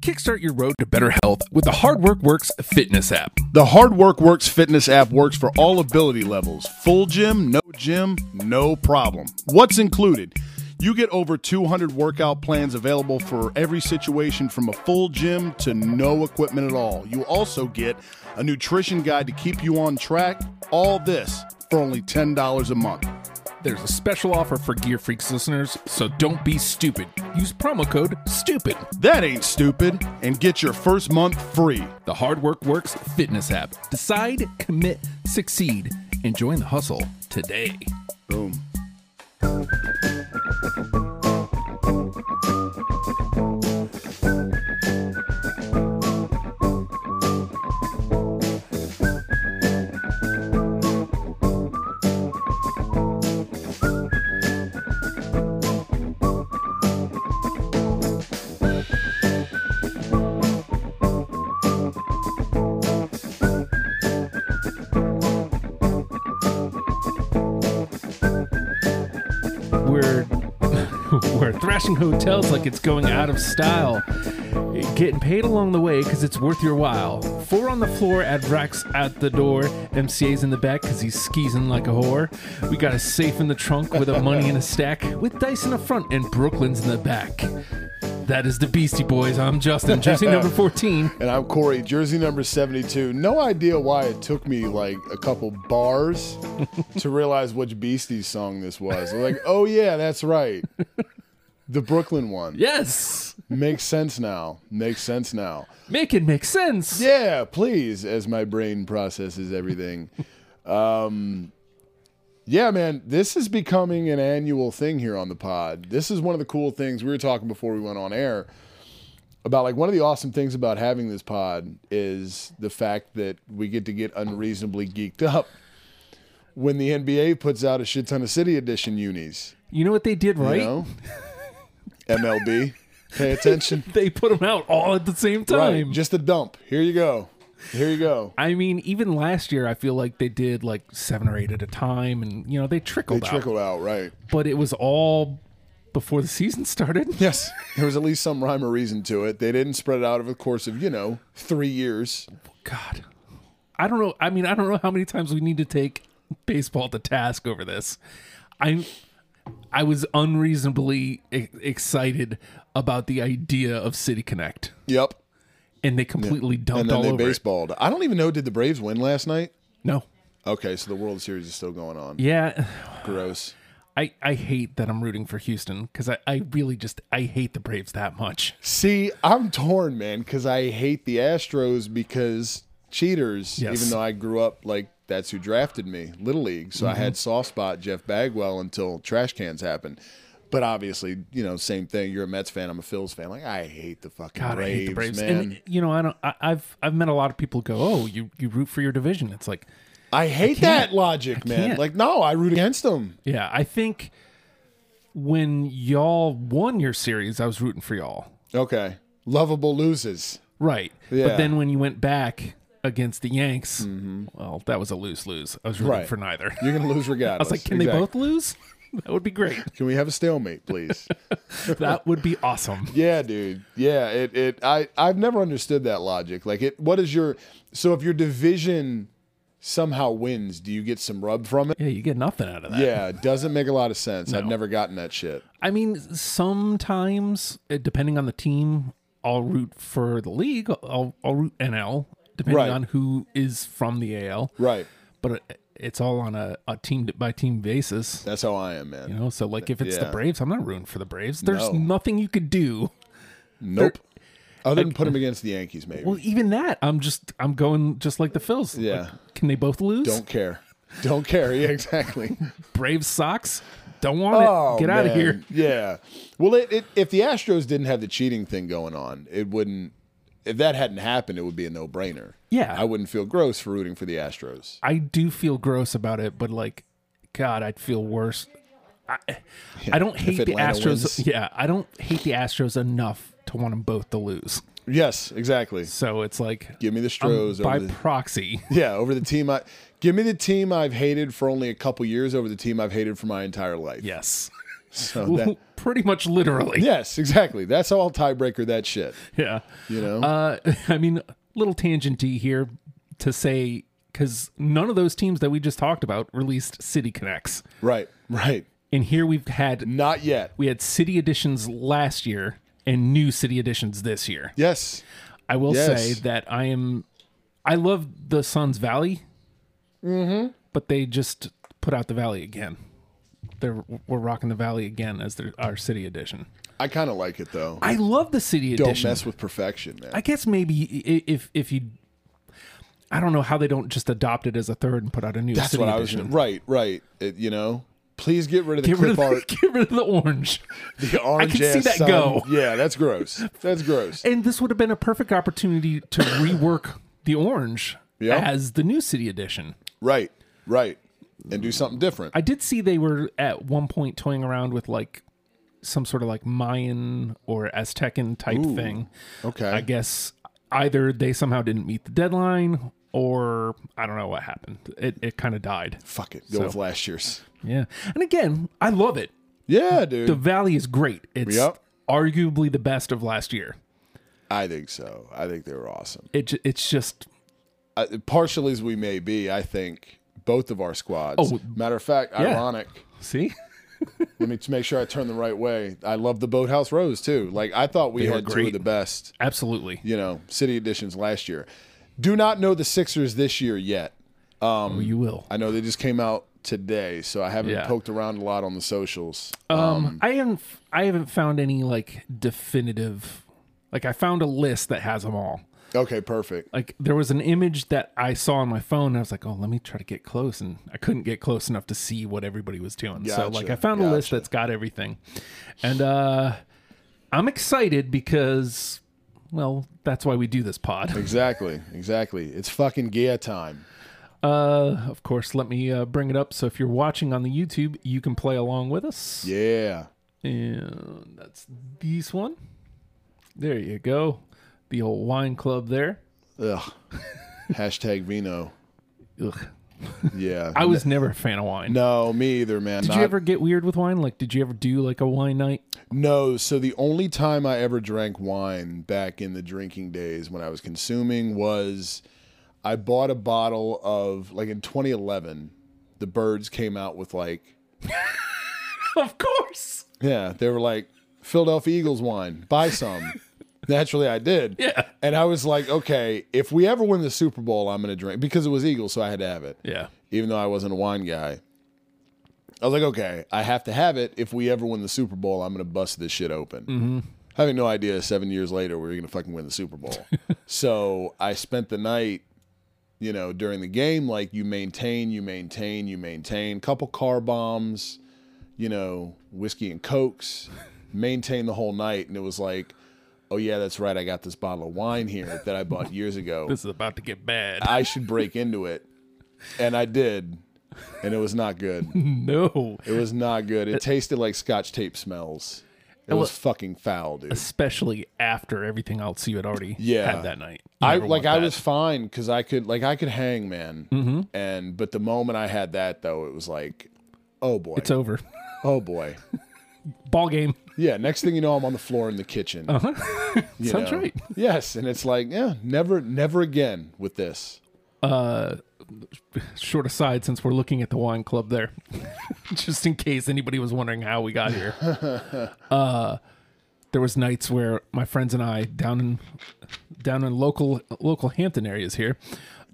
Kickstart your road to better health with the Hard Work Works fitness app. The Hard Work Works fitness app works for all ability levels full gym, no gym, no problem. What's included? You get over 200 workout plans available for every situation from a full gym to no equipment at all. You also get a nutrition guide to keep you on track. All this for only $10 a month. There's a special offer for Gear Freaks listeners, so don't be stupid. Use promo code STUPID. That ain't stupid. And get your first month free. The Hard Work Works fitness app. Decide, commit, succeed, and join the hustle today. Boom. We're we're thrashing hotels like it's going out of style. Getting paid along the way because it's worth your while. Four on the floor, Advrax out the door, MCA's in the back because he's skeezing like a whore. We got a safe in the trunk with a money in a stack, with dice in the front and Brooklyn's in the back. That is the Beastie Boys. I'm Justin, jersey number 14. And I'm Corey, jersey number 72. No idea why it took me like a couple bars to realize which Beasties song this was. I'm like, oh yeah, that's right. The Brooklyn one. Yes! Makes sense now. Makes sense now. Make it make sense. Yeah, please, as my brain processes everything. um, yeah, man, this is becoming an annual thing here on the pod. This is one of the cool things we were talking before we went on air about. Like one of the awesome things about having this pod is the fact that we get to get unreasonably geeked up when the NBA puts out a shit ton of city edition unis. You know what they did right? You know, MLB, pay attention. They put them out all at the same time. Right, just a dump. Here you go. Here you go. I mean, even last year, I feel like they did like seven or eight at a time, and you know they trickled They out. trickled out, right? But it was all before the season started. Yes, there was at least some rhyme or reason to it. They didn't spread it out over the course of you know three years. God, I don't know. I mean, I don't know how many times we need to take baseball to task over this. I'm. I was unreasonably e- excited about the idea of City Connect, Yep, and they completely and dumped then all they over it. baseballed. I don't even know. Did the Braves win last night? No, Okay, so the World Series is still going on. yeah, Gross. I, I hate that I'm rooting for Houston because I, I really just I hate the Braves that much. See, I'm torn, man, because I hate the Astros because cheaters. Yes. Even though I grew up like that's who drafted me, little league. So Mm-hmm. I had soft spot Jeff Bagwell until trash cans happened. But obviously, you know, same thing. You're a Mets fan. I'm a Phils fan. Like I hate the fucking God, Braves, I hate the Braves. man. And you know, I don't. I, I've I've met a lot of people who go, oh, you you root for your division. It's like, I hate can't. that logic, man. can't. Like, no, I root against them. yeah, I think when y'all won your series, I was rooting for y'all, Okay. Lovable loses. right? But Yeah. Mm-hmm. then when you went back against the Yanks, well, that was a lose lose. I was rooting Right. for neither. I You're gonna lose regardless. was I like, can they both lose? That would be great. Can we have a stalemate, please? that would be awesome. yeah, dude. Yeah, it it I I've never understood that logic. Like it what is your so if your division somehow wins, do you get some rub from it? Yeah, you get nothing out of that. Yeah, it doesn't make a lot of sense. I've No. never gotten that shit. I mean, sometimes uh, depending on the team, I'll root for the league. I'll, I'll root NL depending Right. on who is from the AL. Right. But it- it's all on a, a team by team basis. That's how I am, man. You know, so like if it's the Yeah. Braves, I'm not rooting for the Braves. There's No. nothing you could do. nope. Other than put them against the Yankees, maybe. Well, even that, I'm just I'm going just like the Phils. Like, Yeah. can they both lose? Don't care. Don't care. Yeah, exactly. Braves socks. Don't want it. Get out of Oh, man. here. Yeah. Well, it, it, if the Astros didn't have the cheating thing going on, it wouldn't. If that hadn't happened, it would be a no brainer. Yeah. I wouldn't feel gross for rooting for the Astros. I do feel gross about it, but like, God, I'd feel worse. I, I don't hate the Atlanta Astros. wins. Yeah, I don't hate the Astros enough to want them both to lose. Yes, exactly. So it's like Give me the I'm Stros by over the, proxy. yeah over the team. I give me the team I've hated for only a couple years over the team I've hated for my entire life. Yes, So that, Pretty much literally. yes, exactly. That's all tiebreaker that shit. Yeah. You know, Uh, I mean, little tangenty here to say because none of those teams that we just talked about released City Connects, right, right. and here we've had Not yet. we had City Editions last year and new City Editions this year. Yes, I will Yes. say that I am, I love the Suns Valley, mm-hmm. Mm-hmm. but they just put out the Valley again. They're we're rocking the Valley again as their, our City Edition. I kind of like it though. I love the City Don't Edition. mess with perfection, man. I guess maybe i- if if you, I don't know how they don't just adopt it as a third and put out a new. That's city what I was. edition. Right, right. It, you know, please get rid of the Get rid, clip of the, art, get rid of the orange. the orange. can see ass that sun. go. Yeah, that's gross. That's gross. And this would have been a perfect opportunity to rework the orange Yeah. as the new city edition. Right, right. And do something different. I did see they were at one point toying around with like some sort of like Mayan or Aztecan type thing. okay. I guess either they somehow didn't meet the deadline or I don't know what happened. It it kind of died. Fuck it. Go with last year's. Yeah. And again, I love it. Yeah, dude. The Valley is great. It's Yep. arguably the best of last year. I think so. I think they were awesome. It ju- it's just I, partially as we may be, I think both of our squads. Oh, Matter of fact, ironic. see Let me just make sure I turn the right way. I love the Boathouse Rose too. Like I thought we were had two of great. the best, absolutely. you know, city editions last year. Do not know the Sixers this year yet. Oh, you will. I know they just came out today, so I haven't Yeah. poked around a lot on the socials. Um, I haven't I haven't found any like definitive. Like I found a list that has them all. Okay, perfect. Like there was an image that I saw on my phone. And I was like, oh, let me try to get close, and I couldn't get close enough to see what everybody was doing. So Gotcha, like I found a list gotcha. that's got everything, and uh, I'm excited because, well, that's why we do this pod. Exactly, exactly. It's fucking gear time. Uh, of course, let me uh, bring it up. So if you're watching on the YouTube, you can play along with us. Yeah. And that's this one. There you go. The old wine club there. Ugh. Hashtag vino. Ugh. Yeah. I was never a fan of wine. no, me either, man. Did you ever get weird with wine? Like, did you ever do like a wine night? No, so the only time I ever drank wine back in the drinking days when I was consuming was I bought a bottle of like in 2011, the birds came out with like Of course. yeah, they were like Philadelphia Eagles wine, buy some. Naturally, I did. Yeah. And I was like, okay, if we ever win the Super Bowl, I'm going to drink because it was Eagles, so I had to have it. Yeah. even though I wasn't a wine guy. I was like, okay, I have to have it. If we ever win the Super Bowl, I'm going to bust this shit open. Mm-hmm. Having no idea seven years later we are going to fucking win the Super Bowl. so I spent the night, you know, during the game, like you maintain, you maintain, you maintain. Couple car bombs, you know, whiskey and cokes, maintain the whole night. And it was like, oh, yeah, that's right. I got this bottle of wine here that I bought years ago. This is about to get bad. I should break into it. And I did. And it was not good. no. It was not good. It tasted like scotch tape smells. It was fucking foul, dude. Especially after everything else you had already Yeah. had that night. You I never like want I that. Mm-hmm. was fine cuz I could like I could hang, man. And but the moment I had that though, it was like oh boy. It's over. oh boy. Ball game. Yeah, next thing you know I'm on the floor in the kitchen. Uh-huh. You Sounds know? right. Yes, and it's like, yeah, never never again with this. Short aside, since we're looking at the wine club there, just in case anybody was wondering how we got here. Uh, there was nights where my friends and I down in down in local local Hampton areas here.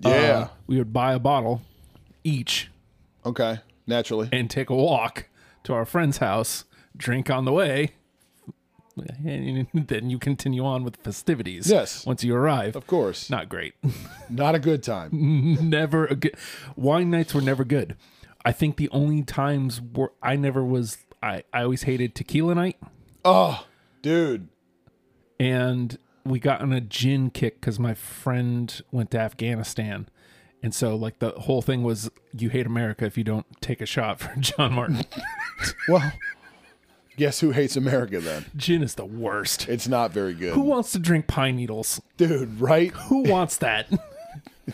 uh, Yeah. we would buy a bottle each Okay. Naturally. and take a walk to our friend's house, drink on the way, and then you continue on with festivities. Yes. once you arrive. Of course. Not great. Not a good time. Mm-hmm. never a good, wine nights were never good. I think the only times were I never was I I always hated tequila night Oh, dude. and we got on a gin kick cuz my friend went to Afghanistan. And so like the whole thing was you hate America if you don't take a shot for John Martin. Well, guess who hates America then? gin is the worst. It's not very good. Who wants to drink pine needles? Dude, right? Uh, Who wants that?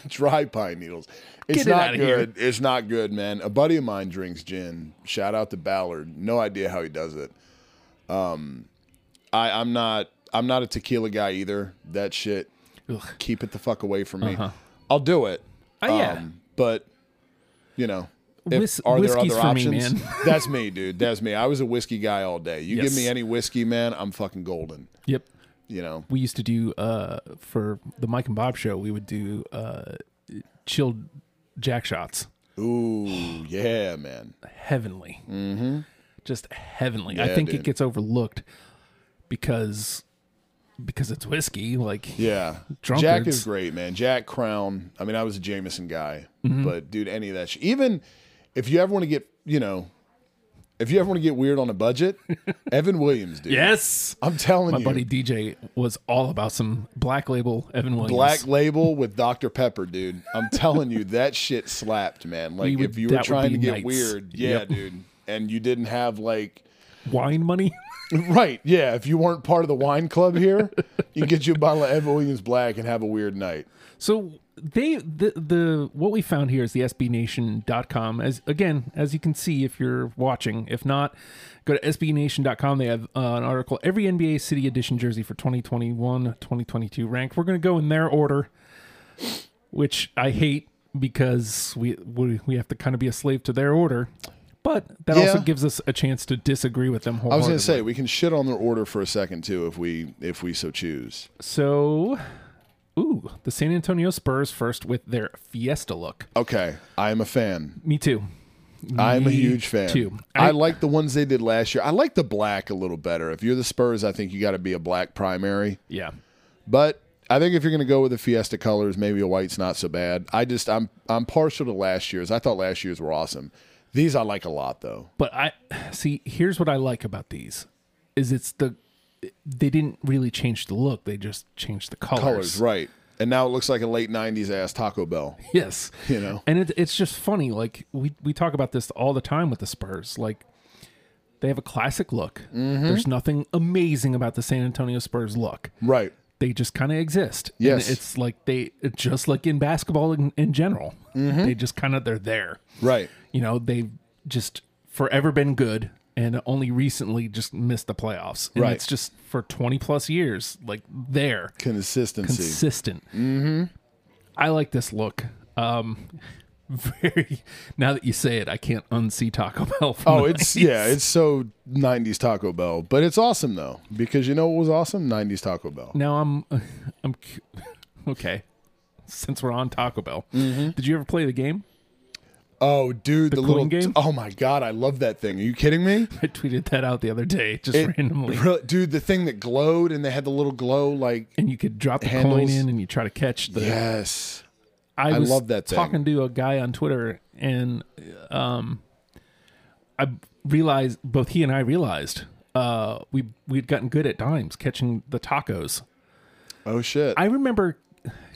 dry pine needles. It's Get it not outta here. good. It's not good, man. A buddy of mine drinks gin. Shout out to Ballard. No idea how he does it. Um, I I'm not I'm not a tequila guy either. That shit, Ugh. keep it the fuck away from me. I'll do it. Um, Oh, yeah. but you know. If, Whis- are there whiskey's other for me, options? man. That's me, dude. That's me. I was a whiskey guy all day. You give Yes. me any whiskey, man, I'm fucking golden. Yep. You know, We used to do uh for the Mike and Bob show, we would do uh chilled jack shots. Ooh, yeah, man. Heavenly. Mm-hmm. Just heavenly. I Yeah, think dude. it gets overlooked because because it's whiskey, like Yeah. Jack Drunkards. is great, man. Jack Crown. I mean, I was a Jameson guy, Mm-hmm. but dude, any of that shit. Even if you ever want to get, you know, if you ever want to get weird on a budget, Evan Williams, dude. Yes. I'm telling My you. buddy DJ was all about some black label Evan Williams. Black label with Dr. Pepper, dude. I'm telling you, that shit slapped, man. Like, We would- if you that were would trying be to get nights. weird, yeah, Yep. dude. And you didn't have, like, wine money. Right. Yeah. If you weren't part of the wine club here, you can get you a bottle of Evan Williams Black and have a weird night. So they the, the what we found here is the sbnation.com as again as you can see if you're watching if not go to sbnation.com they have uh, an article every NBA city edition jersey for 2021 2022 ranked we're going to go in their order which I hate because we we, we have to kind of be a slave to their order but that also Yeah. gives us a chance to disagree with them I was wholeheartedly. gonna say we can shit on their order for a second too, if we if we so choose. so ooh the San Antonio Spurs first with their Fiesta look Okay, I am a fan. me too I'm a Me huge fan. too. I, I- like the ones they did last year. I like the black a little better. If you're the Spurs, I think you got to be a black primary. yeah But I think if you're gonna go with the Fiesta colors, maybe a white's not so bad. I just I'm I'm partial to last year's. I thought last year's were awesome. These I like a lot though. But I see. Here's what I like about these: is it's the they didn't really change the look; they just changed the colors. Colors, right? And now it looks like a late '90s ass Taco Bell. Yes, You know. and it, it's just funny. Like we we talk about this all the time with the Spurs. Like they have a classic look. Mm-hmm. There's nothing amazing about the San Antonio Spurs look. Right. They just kind of exist. And Yes. it's like they just like in basketball in, in general. Mm-hmm. They just kind of they're there. Right. you know they've just forever been good and only recently just missed the playoffs and Right. it's just for 20 plus years like they're Consistency. consistent mm-hmm. i like this look um very now that you say it i can't unsee taco bell from Oh, the it's 90s. yeah, it's so '90s Taco Bell, but it's awesome though because you know what was awesome? '90s Taco Bell. now i'm i'm cu- okay since we're on taco bell Mm-hmm. did you ever play the game Oh, dude, the, coin little game? oh my god, I love that thing. Are you kidding me? i tweeted that out the other day just It- randomly really- dude, the thing that glowed and they had the little glow like and you could drop the coin Handles. in and you try to catch the yes, I, I was love that thing. talking to a guy on Twitter, and um, I realized both he and I realized uh, we we'd gotten good at dimes catching the tacos. oh shit, I remember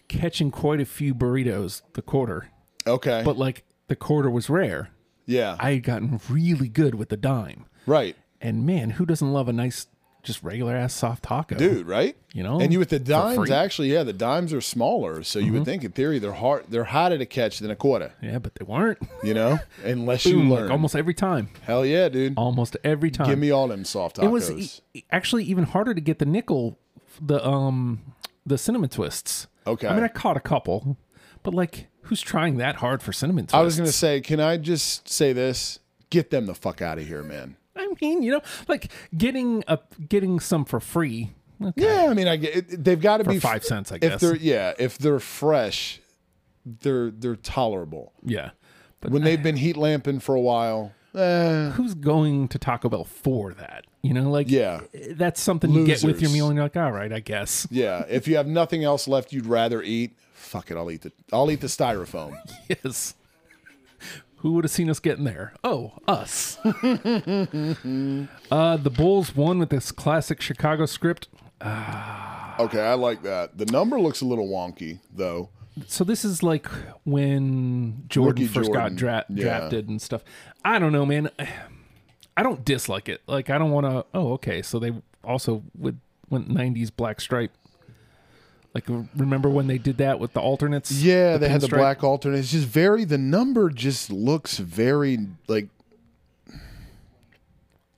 catching quite a few burritos the quarter, okay, but like the quarter was rare. yeah, I had gotten really good with the dime, right, and man, who doesn't love a nice just regular ass soft taco, dude, right, You know, and you with the for dimes free. Mm-hmm. actually, yeah, the dimes are smaller, so you would think in theory they're hard, they're harder to catch than a quarter, Yeah, but they weren't. you know, unless you Boom, learn. like almost every time. Hell yeah, dude, Almost every time. give me all them soft tacos. It was e- actually even harder to get the nickel, the um, the cinnamon twists. Okay. I mean, I caught a couple, but like, who's trying that hard for cinnamon twists? I was gonna say, can I just say this? Get them the fuck out of here, man. I mean, you know, like getting a getting some for free. Okay. Yeah, I mean, I get it, they've got to be five cents, I If guess. they're yeah, if they're fresh, they're they're tolerable. Yeah. But When they've been heat lamping for a while, eh, who's going to Taco Bell for that? You know, like Yeah. that's something you get with your Losers. meal, and you're like, all right, I guess. yeah. If you have nothing else left, you'd rather eat. Fuck it, I'll eat the I'll eat the styrofoam. Yes. Who would have seen us getting there? Oh, us. uh, the Bulls won with this classic Chicago script. Okay, I like that. The number looks a little wonky though. So this is like when Jordan Rookie first Jordan. got dra- Yeah. drafted and stuff. I don't know, man. I don't dislike it. Like I don't want to. Oh, okay. So they also with went '90s black stripe. Like remember when they did that with the alternates? Yeah, they had the pinstripe? black alternate. It's just very the number just looks very like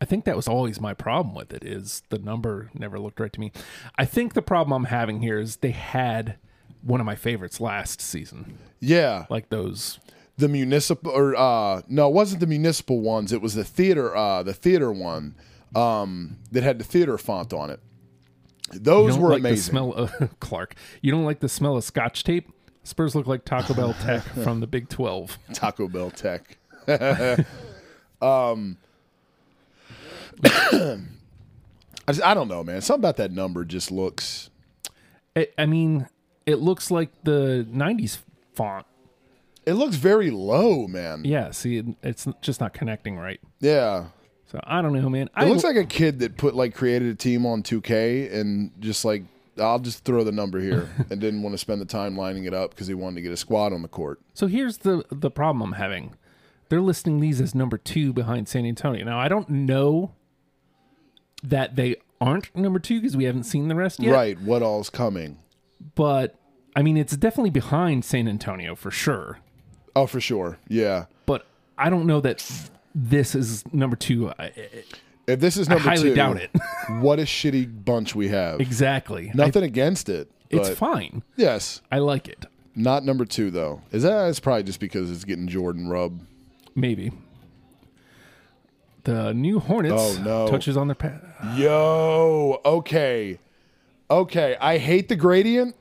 I think that was always my problem with it is the number never looked right to me. I think the problem I'm having here is they had one of my favorites last season, yeah, like those. the municipal or uh no, it wasn't the municipal ones. It was the theater uh the theater one um that had the theater font on it. You Those don't were like the amazing. smell of Clark. You don't like the smell of Scotch tape. Spurs look like Taco Bell Tech from the Big Twelve. Taco Bell Tech. um I, just, I don't know, man. Something about that number just looks I I mean, it looks like the '90s font. it looks very low, man. Yeah, see, it's just not connecting right. yeah. So I don't know, man. It I, looks like a kid that put like created a team on 2K and just like I'll just throw the number here and didn't want to spend the time lining it up because he wanted to get a squad on the court. So here's the the problem I'm having. They're listing these as number two behind San Antonio. Now I don't know that they aren't number two because we haven't seen the rest yet. Right, what all's coming? But I mean, it's definitely behind San Antonio for sure. Oh, for sure. Yeah. But I don't know that this is number two. I, I If this is number highly two, doubt it. what a shitty bunch we have. exactly. I- Nothing against it. it's but- fine. Yes, I like it. not number two though. Is that? It's probably just because it's getting Jordan rub. Maybe. The new Hornets Oh, no. touches on their pa- Yo, okay, okay. I hate the gradient,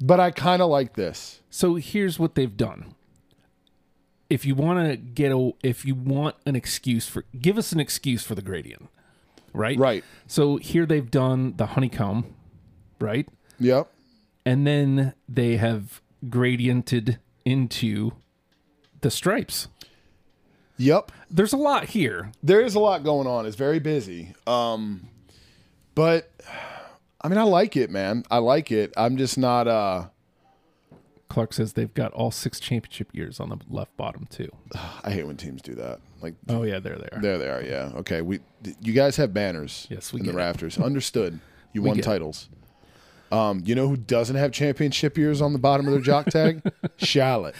but I kind of like this. So here's what they've done. If you want to get a, if you want an excuse for, give us an excuse for the gradient, right? Right. So here they've done the honeycomb, right? Yep. And then they have gradiented into the stripes. Yep. There's a lot here. there is a lot going on. It's very busy. Um, but I mean, I like it, man. I like it. I'm just not. Uh, Clark says they've got all six championship years on the left bottom too. I hate when teams do that. Like Oh yeah, there they are. there they are. Yeah. Okay. We you guys have banners. Yes, we in the get it. rafters. Understood. You won get it. titles. Um, you know who doesn't have championship years on the bottom of their jock tag? Shallot.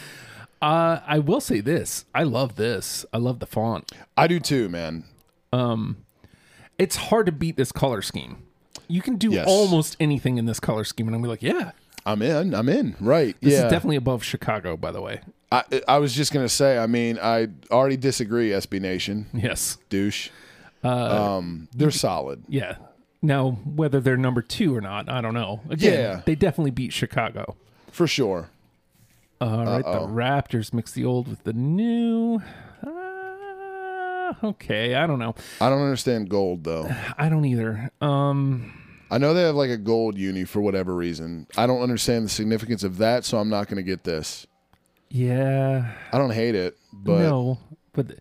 Uh, I will say this. I love this. I love the font. I do too, man. it's hard to beat this color scheme. You can do Yes. almost anything in this color scheme, and I'm like, yeah, I'm in. I'm in. Right. this yeah. is definitely above Chicago, by the way. I, I was just gonna say. I mean, I already disagree. SB Nation, Yes, douche. Uh, um, they're solid. yeah. Now, whether they're number two or not, I don't know. Again, Yeah. they definitely beat Chicago. For sure. All right, the Raptors mix the old with the new. Uh, okay, I don't know. I don't understand gold though. I don't either. Um, I know they have like a gold uni for whatever reason. I don't understand the significance of that, so I'm not going to get this. yeah, I don't hate it, but no, but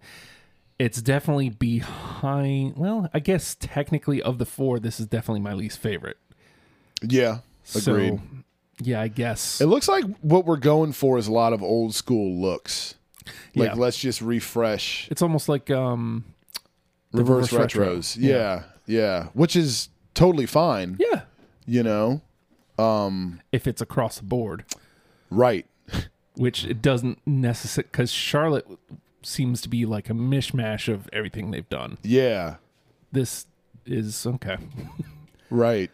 it's definitely behind. Well, I guess technically of the four, this is definitely my least favorite. yeah, agreed. So, yeah, I guess. it looks like what we're going for is a lot of old school looks. Like Yeah. let's just refresh it's almost like um reverse, reverse retro. retros. Yeah. yeah, which is totally fine. yeah, You know, if it's across the board, right? which it doesn't necessarily cuz Charlotte seems to be like a mishmash of everything they've done. Yeah, This is okay. right.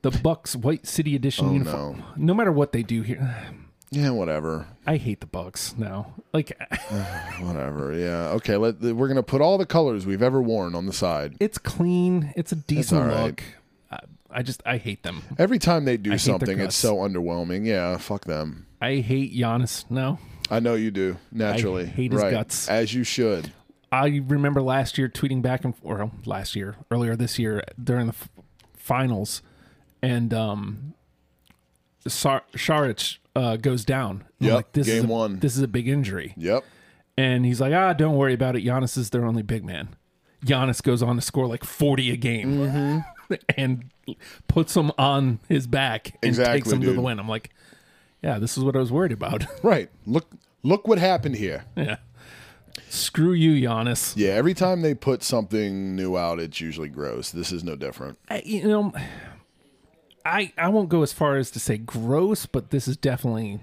The Bucks White City Oh, Edition uniform. No. matter what they do here, Yeah, whatever, I hate the Bucks now. Like whatever. Yeah, okay. Let we're gonna put all the colors we've ever worn on the side. it's clean, it's a decent all right. look. I, I just I hate them. Every time they do hate their something, it's guts. so underwhelming. Yeah, fuck them. I hate Giannis now. I know you do naturally. hate his right. guts. as you should. I remember last year tweeting back and or last year, earlier this year during the f- finals, and um, Sar- Saric uh, goes down. I'm Yep, this is game a- one. This is a big injury, Yep. and he's like, "Ah, don't worry about it. Giannis is their only big man." Giannis goes on to score like forty a game, Mm-hmm. and puts him on his back and takes Exactly, him to dude. the win. I'm like, "Yeah, this is what I was worried about." Right. Look. Look what happened here. yeah, screw you, Giannis. Yeah. Every time they put something new out, it's usually gross. This is no different. I, you know, I I won't go as far as to say gross, but this is definitely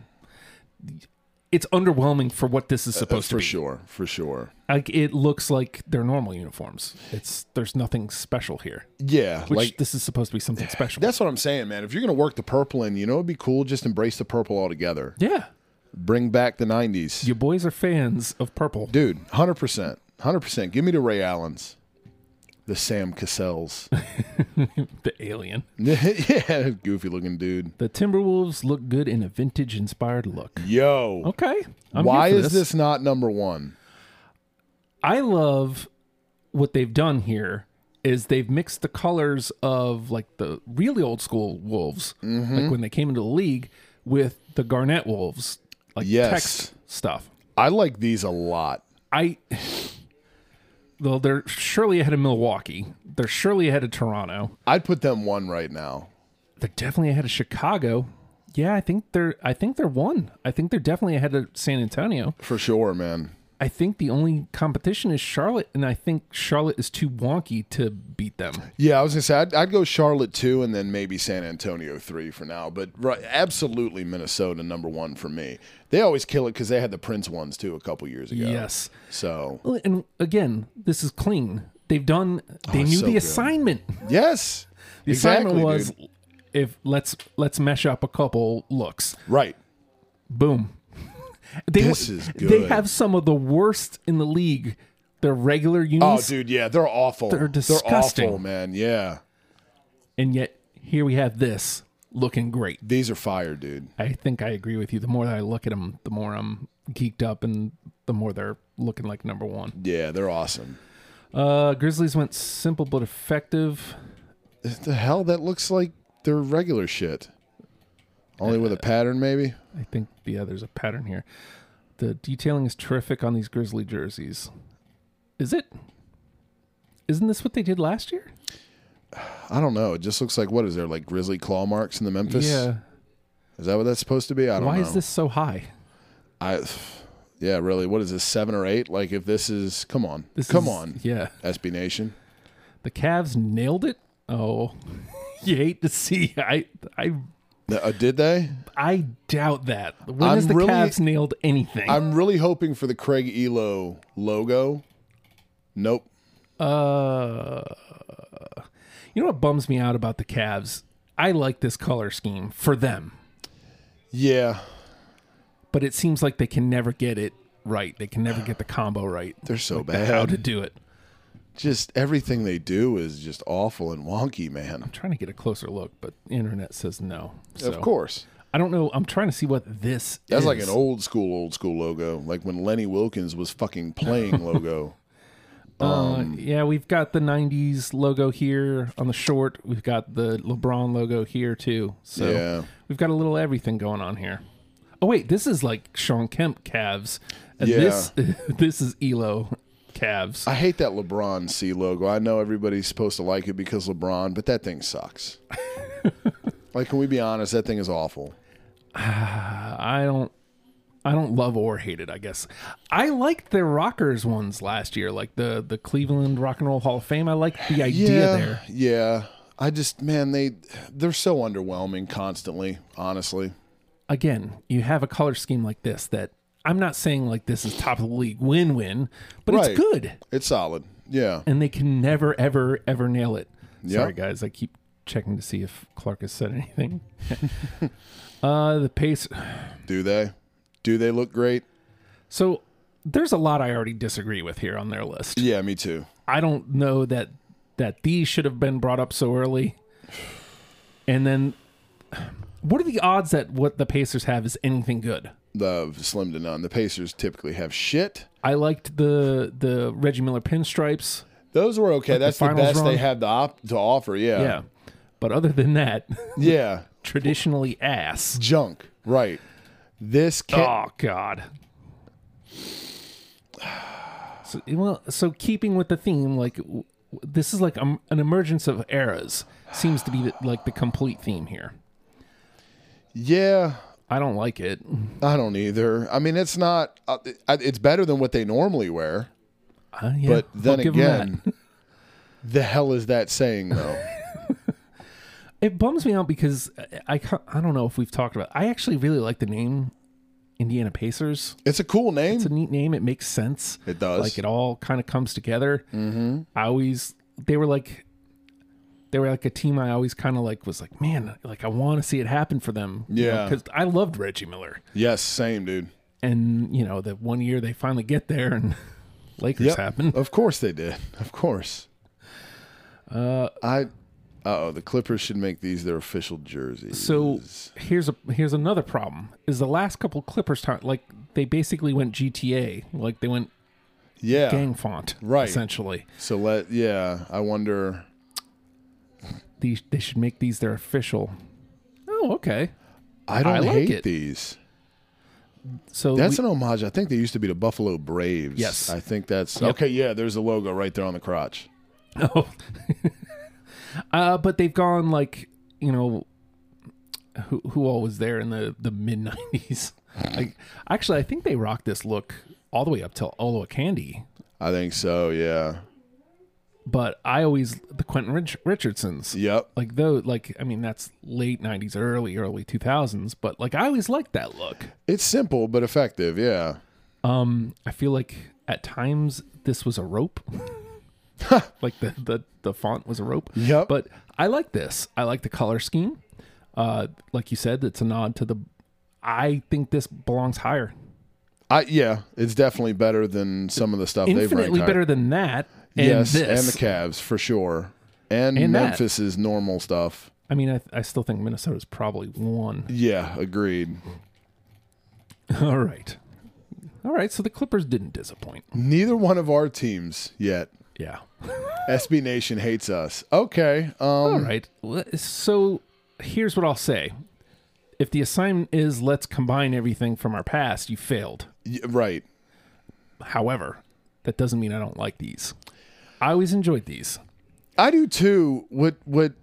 it's underwhelming for what this is supposed to Uh, for be. sure, for sure. Like it looks like they're normal uniforms. It's there's nothing special here. Yeah, Which like this is supposed to be something special. that's what I'm saying, man. If you're gonna work the purple in, you know, it'd be cool just embrace the purple altogether. yeah. Bring back the '90s, You boys are fans of purple. dude. Hundred percent, hundred percent. Give me the Ray Allens, the Sam Cassells. The alien. yeah, goofy looking dude. The Timberwolves look good in a vintage inspired look. Yo, Okay. I'm why here for is this. not number one? I love what they've done here is they've mixed the colors of like the really old school wolves, like when they came into the league, with the Garnett wolves, like Yes. text stuff. I like these a lot. I though they're surely ahead of Milwaukee. They're surely ahead of Toronto. I'd put them one right now. They're definitely ahead of Chicago. Yeah, I think they're I think they're one. I think they're definitely ahead of San Antonio. For sure, man. I think the only competition is Charlotte, and I think Charlotte is too wonky to beat them. Yeah, I was gonna say I'd, I'd go Charlotte two, and then maybe San Antonio three for now. But right, absolutely Minnesota number one for me. They always kill it because they had the Prince ones too a couple years ago. Yes. So Well, And again, this is clean. They've done. They Oh, it's knew so the good. assignment. yes, The exactly, assignment was dude. if let's let's mesh up a couple looks. right. Boom. They, This is They good. have some of the worst in the league. Their regular Oh, unis, dude, yeah, they're awful. They're They're disgusting. awful, man. Yeah, and yet here we have this looking great. these are fire, dude. I think I agree with you. The more that I look at them, the more I'm geeked up, and the more they're looking like number one. Yeah, they're awesome. Uh, Grizzlies went simple but effective. The hell, that looks like their regular shit. Only with a pattern, maybe. I think the there's a pattern here. The detailing is terrific on these Grizzly jerseys. Is it? Isn't this what they did last year? I don't know. It just looks like what is there like grizzly claw marks in the Memphis? Is that what that's supposed to be? I don't Why know. is this so high? I, yeah, really. What is this? Seven or eight? Like, if this is, come on, come is- on, Yeah. SB Nation. The Cavs nailed it. Oh, you hate to see. I I Th- uh, did they? I doubt that. When I'm has the really- Cavs nailed anything? I'm really hoping for the Craig Elo logo. Nope. Uh, you know what bums me out about the Cavs? I like this color scheme for them, Yeah, but it seems like they can never get it right. They can never get the combo right. they're so How to bad. do it? Just everything they do is just awful and wonky, man. I'm trying to get a closer look, but the internet says no. So, Of course. I don't know. I'm trying to see what this. That's is. like an old school, old school logo, like when Lenny Wilkins was fucking playing logo. Uh, yeah, we've got the '90s logo here on the short. We've got the LeBron logo here too. So Yeah. we've got a little everything going on here. Oh wait, this is like Sean Kemp Cavs, and Yeah. this this is Elo Cavs. I hate that LeBron C logo. I know everybody's supposed to like it because LeBron, but that thing sucks. like, can we be honest? That thing is awful. I don't. I don't love or hate it, I guess. I liked their rockers ones last year, like the the Cleveland Rock and Roll Hall of Fame. I liked the idea yeah, there. yeah. I just, man, they they're so underwhelming constantly. Honestly, again, you have a color scheme like this that I'm not saying like this is top of the league win win, but Right. it's good. it's solid. Yeah, And they can never, ever, ever nail it. Yeah. Sorry, guys. I keep checking to see if Clark has said anything. uh, the pace. do they? Do they look great? So there's a lot I already disagree with here on their list. Yeah, me too. I don't know that that these should have been brought up so early. And then what are the odds that what the Pacers have is anything good? The slim to none. The Pacers typically have shit. I liked the the Reggie Miller pinstripes. Those were okay. That's the, finals best they run? had to op- to offer. Yeah, Yeah. But other than that, yeah. traditionally ass. Junk. Right. This can Oh God. So well, so keeping with the theme, like w- w- this is like um, an emergence of eras. Seems to be the, like the complete theme here. Yeah, I don't like it. I don't either. I mean, it's not. Uh, it- it's better than what they normally wear. Uh, yeah, But I'll then give 'em that. again, the hell is that saying though? It bums me out because I, I ca- I don't know if we've talked about. I actually really like the name Indiana Pacers. It's a cool name. It's a neat name. It makes sense. It does. Like it all kind of comes together. Mm-hmm. I always they were like they were like a team. I always kind of like was like man, like I want to see it happen for them. Yeah. because I loved Reggie Miller, yes, same dude. and you know that one year they finally get there and Lakers Yep. happen. Of course they did. Of course. Uh, I. Uh oh, the Clippers should make these their official jerseys. So here's a here's another problem is the last couple Clippers time like they basically went GTA like they went yeah. gang font Uh, Right. essentially So let yeah. I wonder. these they should make these their official oh okay I don't like hate it. these. so That's we- an homage. I think they used to be the Buffalo Braves. Yes. I think that's okay. Yeah, there's a logo right there on the crotch. oh. uh but they've gone like you know who who all was there in the the mid 90s like actually I think they rocked this look all the way up till Oloa Candy I think so. Yeah. but I always the Quentin Rich- Richardsons Yep. like though like i mean that's late 90s early early 2000s but like i always liked that look It's simple but effective. Yeah. um i feel like at times this was a rope like the, the the font was a rope Yep. but i like this i like the color scheme uh like you said it's a nod to the i think this belongs higher I yeah. It's definitely better than some of the stuff they've ranked. infinitely higher. better than that and yes, this and the Cavs for sure, and, And that. Memphis's normal stuff. i mean I, I still think minnesota's probably one Yeah, agreed. all right all right so the clippers didn't disappoint Neither one of our teams yet. yeah SB Nation hates us. Okay. Um. All right. Well, So here's what I'll say. If the assignment is let's combine everything from our past, you failed. y- right. However, that doesn't mean I don't like these. I always enjoyed these. I do too. What what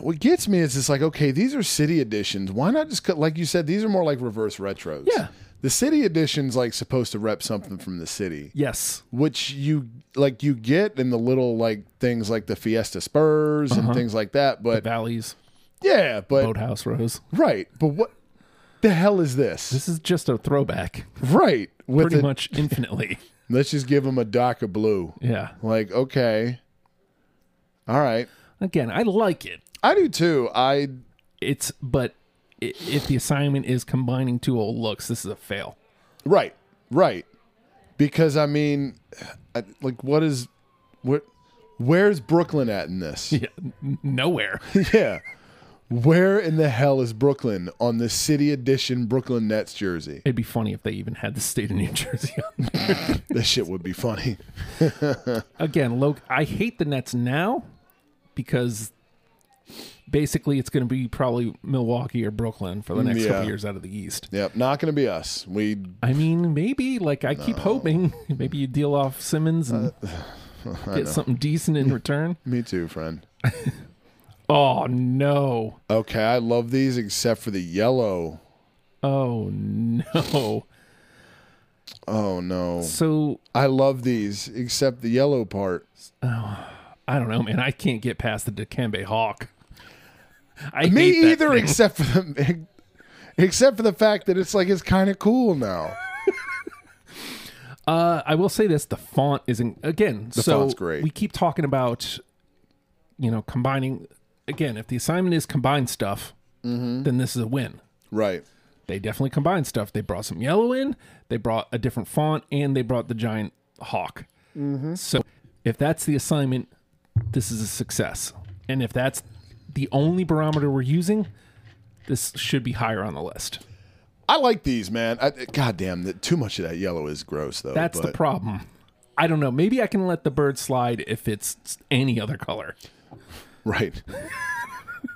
what gets me is it's like okay, these are city editions. Why not just cut, like you said? These are more like reverse retros. Yeah. The city edition's like supposed to rep something from the city, Yes. which you like you get in the little like things like the Fiesta Spurs Uh-huh. and things like that. But Valleys, yeah, but Boathouse Rose. right. But what the hell is this? This is just a throwback, right. With pretty the- much infinitely. let's just give them a dock of blue. Yeah. Like okay, all right. Again, I like it. I do too. I It's but i- if the assignment is combining two old looks, this is a fail. Right, right. Because I mean, I, like, what is what? Where's Brooklyn at in this? Yeah. n- Nowhere. yeah. Where in the hell is Brooklyn on the City Edition Brooklyn Nets jersey? It'd be funny if they even had the state of New Jersey on This shit would be funny. again, Loke, I hate the Nets now because basically it's going to be probably Milwaukee or Brooklyn for the next yeah. couple years out of the East. Yep, not gonna be us. We I mean, maybe like I keep hoping maybe you deal off Simmons and Uh, get something decent in return. me too, friend. Oh no. Okay, I love these except for the yellow. Oh no. Oh no. So I love these except the yellow part. I don't know, man. I can't get past the Dikembe Hawk. I hate Me that either, thing. except for the except for the fact that it's like it's kinda cool now. Uh, I will say this: the font isn't again. The so font's great. We keep talking about, you know, combining. Again, if the assignment is combine stuff, Mm-hmm. then this is a win. Right. They definitely combined stuff. They brought some yellow in. They brought a different font, and they brought the giant hawk. Mm-hmm. So, if that's the assignment, this is a success. And if that's the only barometer we're using, this should be higher on the list. I like these, man. I, God damn, that too much of that yellow is gross, though. That's the but problem. I don't know. Maybe I can let the bird slide if it's any other color. right.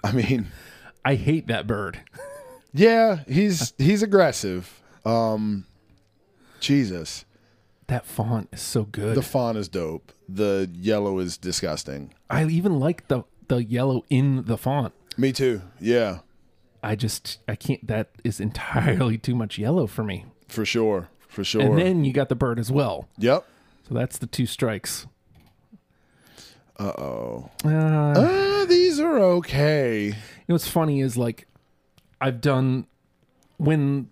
I mean, I hate that bird. yeah, he's he's aggressive. Um, Jesus, That font is so good. the fawn is dope. The yellow is disgusting. I even like the the yellow in the font. Me too. Yeah, I just I can't. That is entirely too much yellow for me. for sure, for sure. And then you got the bird as well. yep. So that's the two strikes. Uh oh. Uh, Uh, these are okay. know what's funny is like I've done when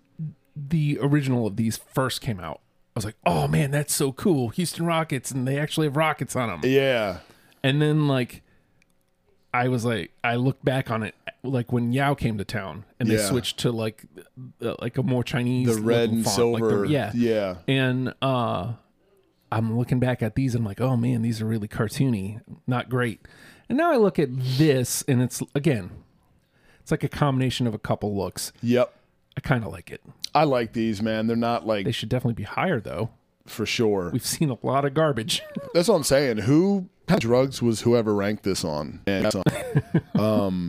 the original of these first came out. I was like, "Oh man, that's so cool! Houston Rockets, and they actually have rockets on them." Yeah. And then like I was like I look back on it like when Yao came to town and they Yeah. switched to like uh, like a more Chinese The red looking and font, like the- silver. yeah. Yeah. And uh I'm looking back at these and I'm like, "Oh man, these are really cartoony. Not great." And now I look at this and it's again it's like a combination of a couple looks. Yep. I kind of like it. I like these, man. They're not like They should definitely be higher though. for sure. We've seen a lot of garbage. That's what I'm saying. Who kind of drugs was whoever ranked this on? And that's on. um,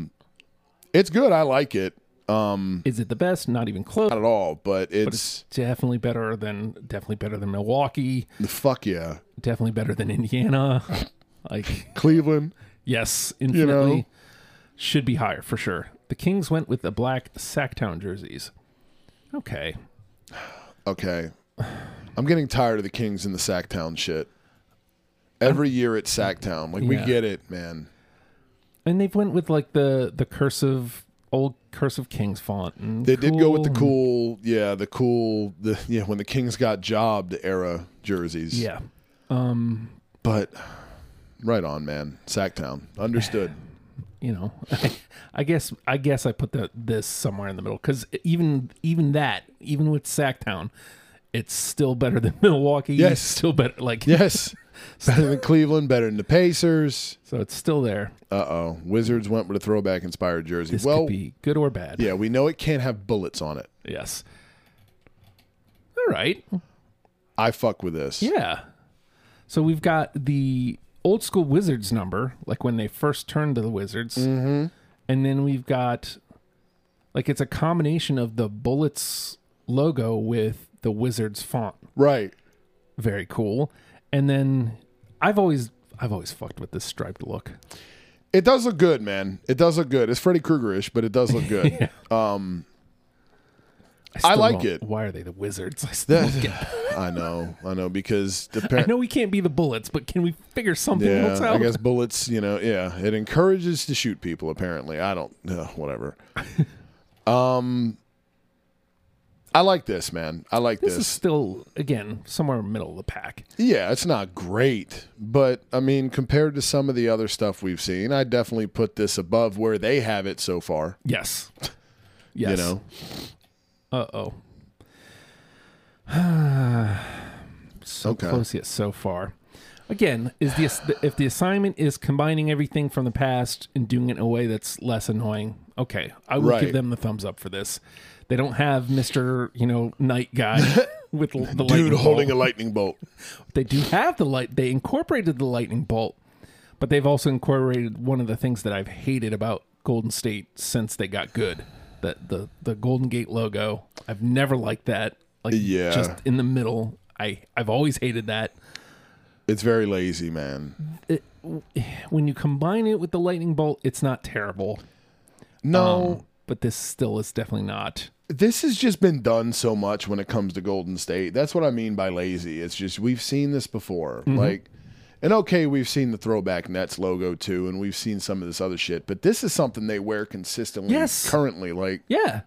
it's good. I like it. Um, Is it the best? Not even close. not at all, but it's, Definitely better than definitely better than Milwaukee. the fuck yeah, definitely better than Indiana. like, Cleveland. yes, infinitely should be higher for sure. The Kings went with the black Sacktown jerseys. Okay. Okay, I'm getting tired of the Kings and the Sacktown shit. Every year at Sacktown, like we Yeah. get it, man. And they've went with like the the cursive old cursive Kings font. And They did go with the and- cool, yeah, the cool, the yeah, when the Kings got jobbed era jerseys. Yeah. but right on, man. Sacktown, understood. you know i guess i guess i put the, this somewhere in the middle because even even that even with sacktown it's still better than milwaukee Yes. it's still better like Yes. Better than Cleveland, better than the Pacers. so it's still there Uh oh. Wizards went with a throwback inspired jersey. this well, could be good or bad yeah, we know it can't have bullets on it. yes all right Mm-hmm. I fuck with this. yeah so we've got the old school wizards number like when they first turned to the wizards mm-hmm. and then we've got like it's a combination of the bullets logo with the wizards font Right. very cool. And then I've always I've always fucked with this striped look. It does look good, man. It does look good. It's Freddy Krueger-ish, but it does look good. still I like don't- it. Why are they the wizards? I, still don't get- I know. I know because the I parent. know we can't be the bullets, but can we figure something Yeah, else out? I guess bullets. You know, yeah, it encourages to shoot people. Apparently, I don't. Uh, whatever. um, I like this, man. I like this this. is still again somewhere middle of the pack. Yeah, it's not great, but I mean, compared to some of the other stuff we've seen, I definitely put this above where they have it so far. Yes. Yes. You know, Uh oh. so Okay. close yet so far. Again, is the ass- if the assignment is combining everything from the past and doing it in a way that's less annoying? Okay, I will Right. give them the thumbs up for this. They don't have Mister you know Night Guy with l- the dude lightning holding a bolt. lightning bolt. They do have the light. They incorporated the lightning bolt, but they've also incorporated one of the things that I've hated about Golden State since they got good. The the the Golden Gate logo. I've never liked that. Like Yeah. just in the middle. I I've always hated that. It's very lazy, man. It, when you combine it with the lightning bolt, it's not terrible. Um, No, But this still is definitely not. this has just been done so much when it comes to Golden State. That's what I mean by lazy. It's just we've seen this before. Mm-hmm. Like, and okay, we've seen the throwback Nets logo too, and we've seen some of this other shit, but this is something they wear consistently Yes. currently. Like, Yeah.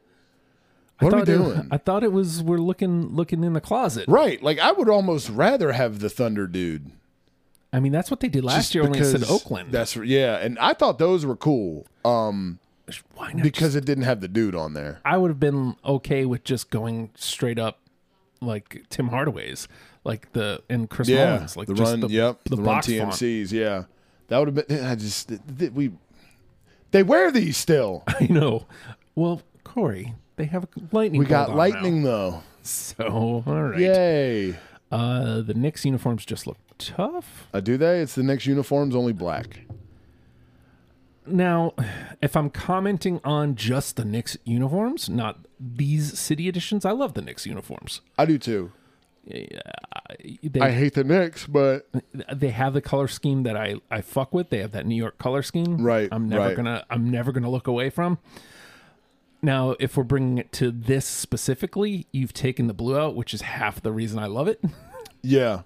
What I are we thought it- doing? I thought it was we're looking looking in the closet. right. Like, I would almost rather have the Thunder dude. I mean, that's what they did last Just year when they said because Oakland. That's yeah, and I thought those were cool um, Why not because it didn't have the dude on there. I would have been okay with just going straight up like Tim Hardaway's, like the and Chris Mullins, like the just run. the, yep, the, run box font. TMCs. Yeah, that would have been. I just th- th- we they wear these still. I know. Well, Corey, they have a lightning. We got bolt on lightning now. though. So all right. Yay! Uh, the Knicks uniforms just look tough. Uh, do they? It's the next uniforms only black. Now, if I'm commenting on just the Knicks uniforms, not these city editions, I love the Knicks uniforms. I do too. They I hate the Knicks, but they have the color scheme that I I fuck with. They have that New York color scheme. Right, I'm never right. gonna I'm never gonna look away from. Now, if we're bringing it to this specifically, you've taken the blue out, which is half the reason I love it. yeah,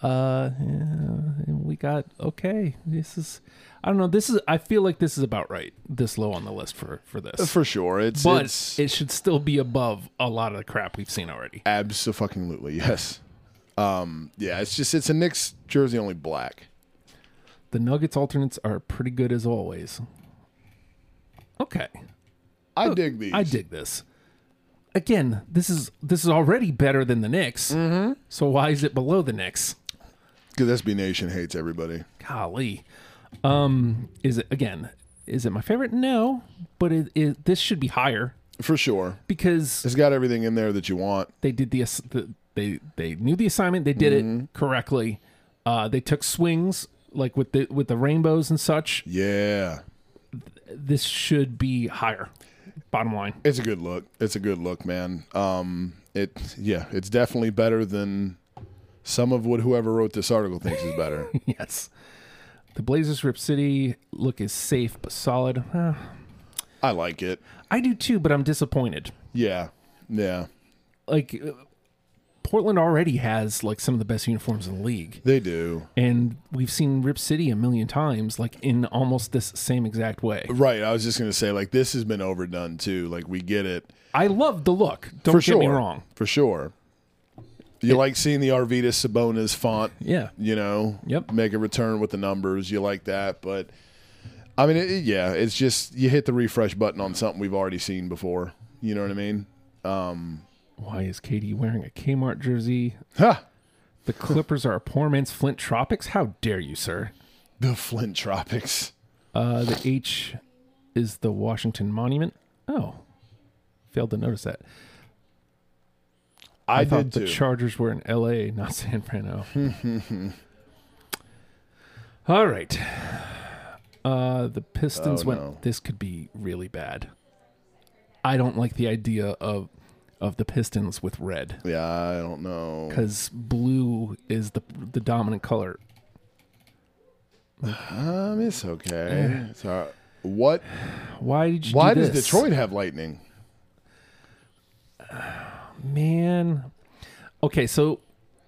Uh, yeah, we we got okay. This is I don't know. This is I feel like this is about right. This low on the list for for this, for sure. It's but it's it should still be above a lot of the crap we've seen already. Absolutely, yes. Um, yeah, it's just it's a Knicks jersey only black. The Nuggets alternates are pretty good as always. Okay, I dig these. Oh, I dig this. Again, this is this is already better than the Knicks. Mm-hmm. So why is it below the Knicks? because SB Nation hates everybody. golly um is it again is it my favorite no but it, it this should be higher For sure. because It's got everything in there that you want. they did the, ass- the they they knew the assignment they did it correctly uh they took swings like with the with the rainbows and such Yeah. this should be higher bottom line It's a good look. It's a good look, man. Um, it yeah, it's definitely better than some of what whoever wrote this article thinks is better. yes the blazers rip city look is safe but solid Uh, I like it. i do too but i'm disappointed Yeah, yeah, like uh, portland already has like some of the best uniforms in the league they do. and we've seen Rip City a million times, like in almost this same exact way. Right. I was just gonna say like this has been overdone too. Like we get it I love the look. Don't for get sure. me wrong. For sure. You like seeing the Arvidas Sabonis font Yeah, you know, Yep. make a return with the numbers. You like that, but I mean, it, it- yeah, it's just you hit the refresh button on something we've already seen before. You know what I mean? why is KD wearing a Kmart jersey? Ha! The Clippers are a poor man's Flint Tropics. How dare you, sir? The Flint Tropics. Uh, the H is the Washington Monument. Oh, failed to notice that. I, thought did the too. Chargers were in L.A., not San Fran. All right. Uh, the Pistons Oh, went. no. This could be really bad. I don't like the idea of of the Pistons with red yeah, I don't know. because blue is the the dominant color. Um, it's okay. It's all right. What? Why did you? Eh. do Why does this? Detroit have lightning? Man. Okay, so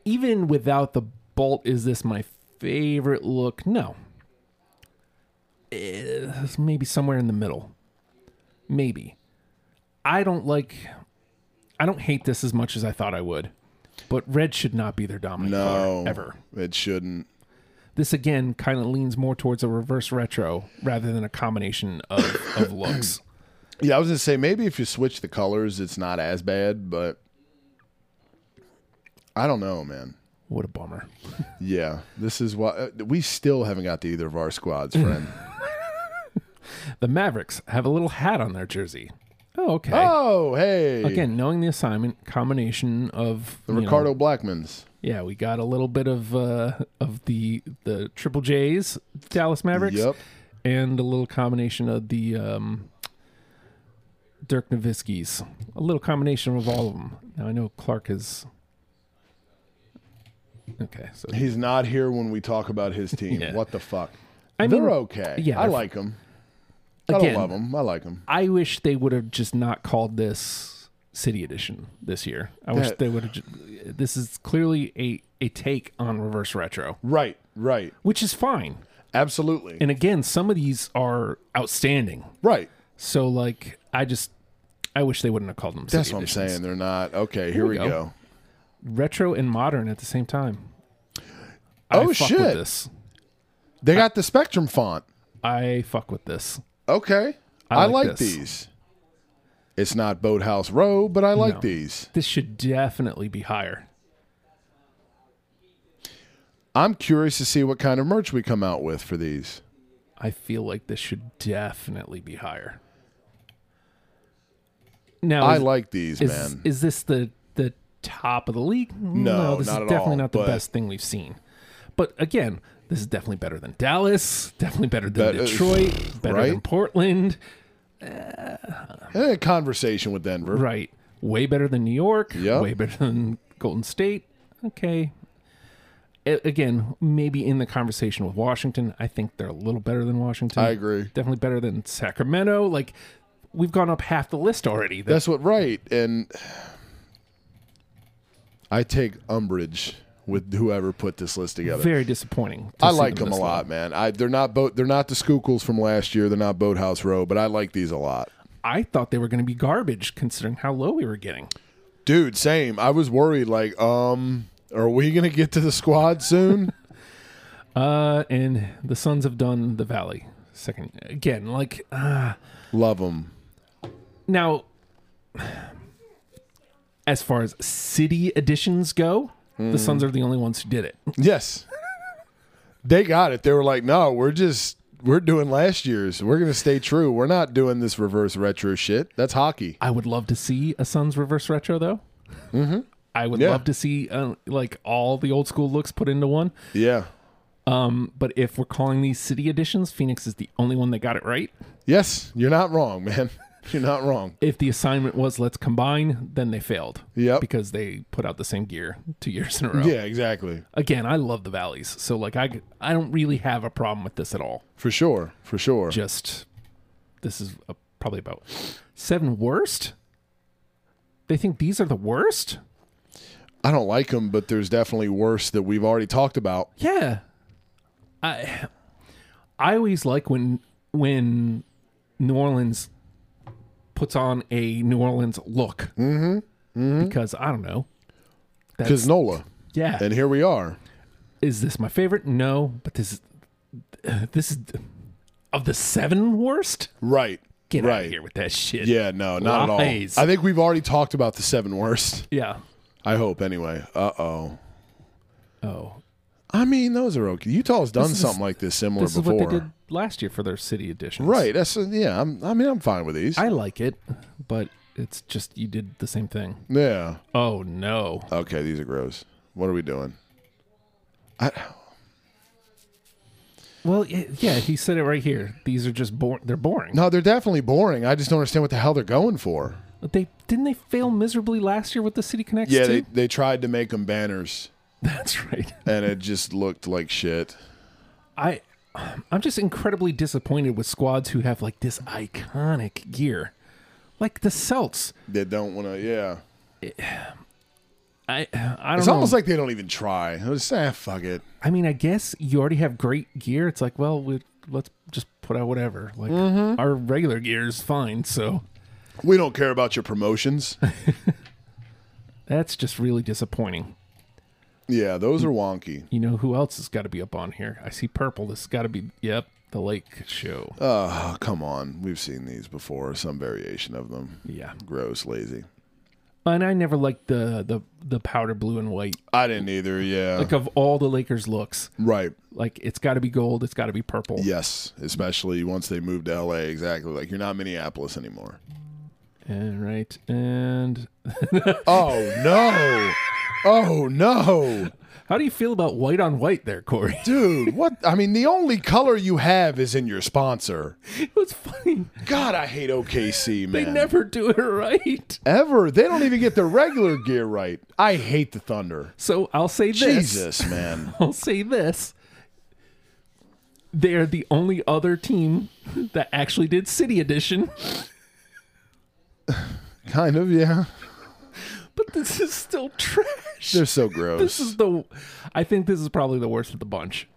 even without the bolt, is this my favorite look? No. It's maybe somewhere in the middle. Maybe. I don't like. I don't hate this as much as I thought I would, but red should not be their dominant No, color ever. it shouldn't. This again kind of leans more towards a reverse retro rather than a combination of, of looks. Yeah, I was gonna say maybe if you switch the colors, it's not as bad, but I don't know, man. What a bummer. Yeah, this is why uh, we still haven't got to either of our squads, Mm. friend. The Mavericks have a little hat on their jersey. Oh, okay. oh, hey, again knowing the assignment combination of the you know, Ricardo Blackmans. yeah we got a little bit of uh of the the triple j's dallas mavericks Yep. and a little combination of the um dirk nowitzki's a little combination of all of them now i know clark is okay so He's not here when we talk about his team. Yeah. What the fuck? I they're mean, okay. yeah, I they're- like them. I Again- don't love them. I like them. i wish they would have just not called this city edition this year i wish That- they would have ju- this is clearly a a take on reverse retro Right, right, which is fine absolutely. and again some of these are outstanding right. so like i just i wish they wouldn't have called them That's city what I'm editions. saying. They're not okay. Here we we go. go. retro and modern at the same time I Oh, fuck shit. with this They got the Spectrum font. i fuck with this Okay, I I, like like, this. these. It's not Boathouse Row, but I like No. these. this should definitely be higher I'm curious to see what kind of merch we come out with for these. i feel like this should definitely be higher now I is, like these, is, man. is this the the top of the league No, this not is at definitely all, not the but- best thing we've seen but again this is definitely better than dallas definitely better than Bet- uh, detroit better than right? portland Eh, conversation with Denver. Right. Way better than New York. Yep. Way better than Golden State. Okay. A- again, maybe in the conversation with Washington, I think they're a little better than Washington. I agree. Definitely better than Sacramento. Like we've gone up half the list already. That- That's what right. And I take umbrage with whoever put this list together. Very disappointing. to I see like them a this lot, man. I they're not boat they're not the Skookles from last year. They're not Boathouse Row, but I like these a lot. low. I thought they were going to be garbage considering how low we were getting. Dude, same. I was worried like um are we going to get to the squad soon? Uh, and the Sons have done the Valley. Second again, like uh, Love them. now, as far as city editions go, the Suns are the only ones who did it. Yes. They got it. They were like, "No, we're just we're doing last year's. We're going to stay true. We're not doing this reverse retro shit. That's hockey." I would love to see a Suns reverse retro though. Mm-hmm. I would Yeah. love to see uh, like all the old school looks put into one. Yeah. Um, but if we're calling these city editions, Phoenix is the only one that got it right. Yes, you're not wrong, man. You're not wrong. If the assignment was let's combine, then they failed. Yep. because they put out the same gear two years in a row. Yeah, exactly. Again, I love the valleys, so like I I don't really have a problem with this at all. For sure. For sure. Just this is uh probably about seven worst. They think these are the worst. I don't like them, but there's definitely worse that we've already talked about. Yeah. I I always like when when New Orleans puts on a New Orleans look. Mm-hmm. Because I don't know. Because Nola. Yeah. And here we are. is this my favorite? No, but this is this is of the seven worst? Right. Get right. out of here with that shit. Yeah, no, not Lies. at all. I think we've already talked about the seven worst. Yeah. I hope, anyway. Uh oh. Oh. I mean, those are okay. Utah's done is- something like this similar This before. is what they did last year for their city editions. Right. That's yeah. I'm, I mean, I'm fine with these. I like it, but it's just you did the same thing. yeah. Oh no. Okay, these are gross. What are we doing? I, Well, y- yeah, he said it right here. These are just boring. They're boring. no, they're definitely boring. I just don't understand what the hell they're going for. But They didn't they fail miserably last year with the City Connects. Yeah, too? they, they tried to make them banners, that's right. and it just looked like shit. I I'm just incredibly disappointed with squads who have like this iconic gear, like the Celts. They don't want to. Yeah. I I don't It's know. almost like they don't even try. They just ah, fuck it. I mean, I guess you already have great gear. It's like, well, we, let's just put out whatever. Like Mm-hmm. our regular gear is fine. So We don't care about your promotions. that's just really disappointing. yeah, those are wonky. You know who else has got to be up on here? I see purple. This has got to be yep, the Lake Show. Oh, come on. We've seen these before, some variation of them. yeah. Gross, lazy. And I never liked the the the powder blue and white. I didn't either. Yeah. Like of all the Lakers looks, right. like it's got to be gold, it's got to be purple. Yes, especially once they moved to LA. Exactly. Like you're not Minneapolis anymore. And right. And Oh no. Oh no. how do you feel about white on white there, Corey? Dude, what I mean the only color you have is in your sponsor. it was funny. God, I hate OKC, man. They never do it right. ever. They don't even get their regular gear right. I hate the Thunder. So I'll say this. Jesus, man. I'll say this. They're the only other team that actually did City Edition, kind of, yeah. but this is still trash. They're so This gross. is the. I think this is probably the worst of the bunch.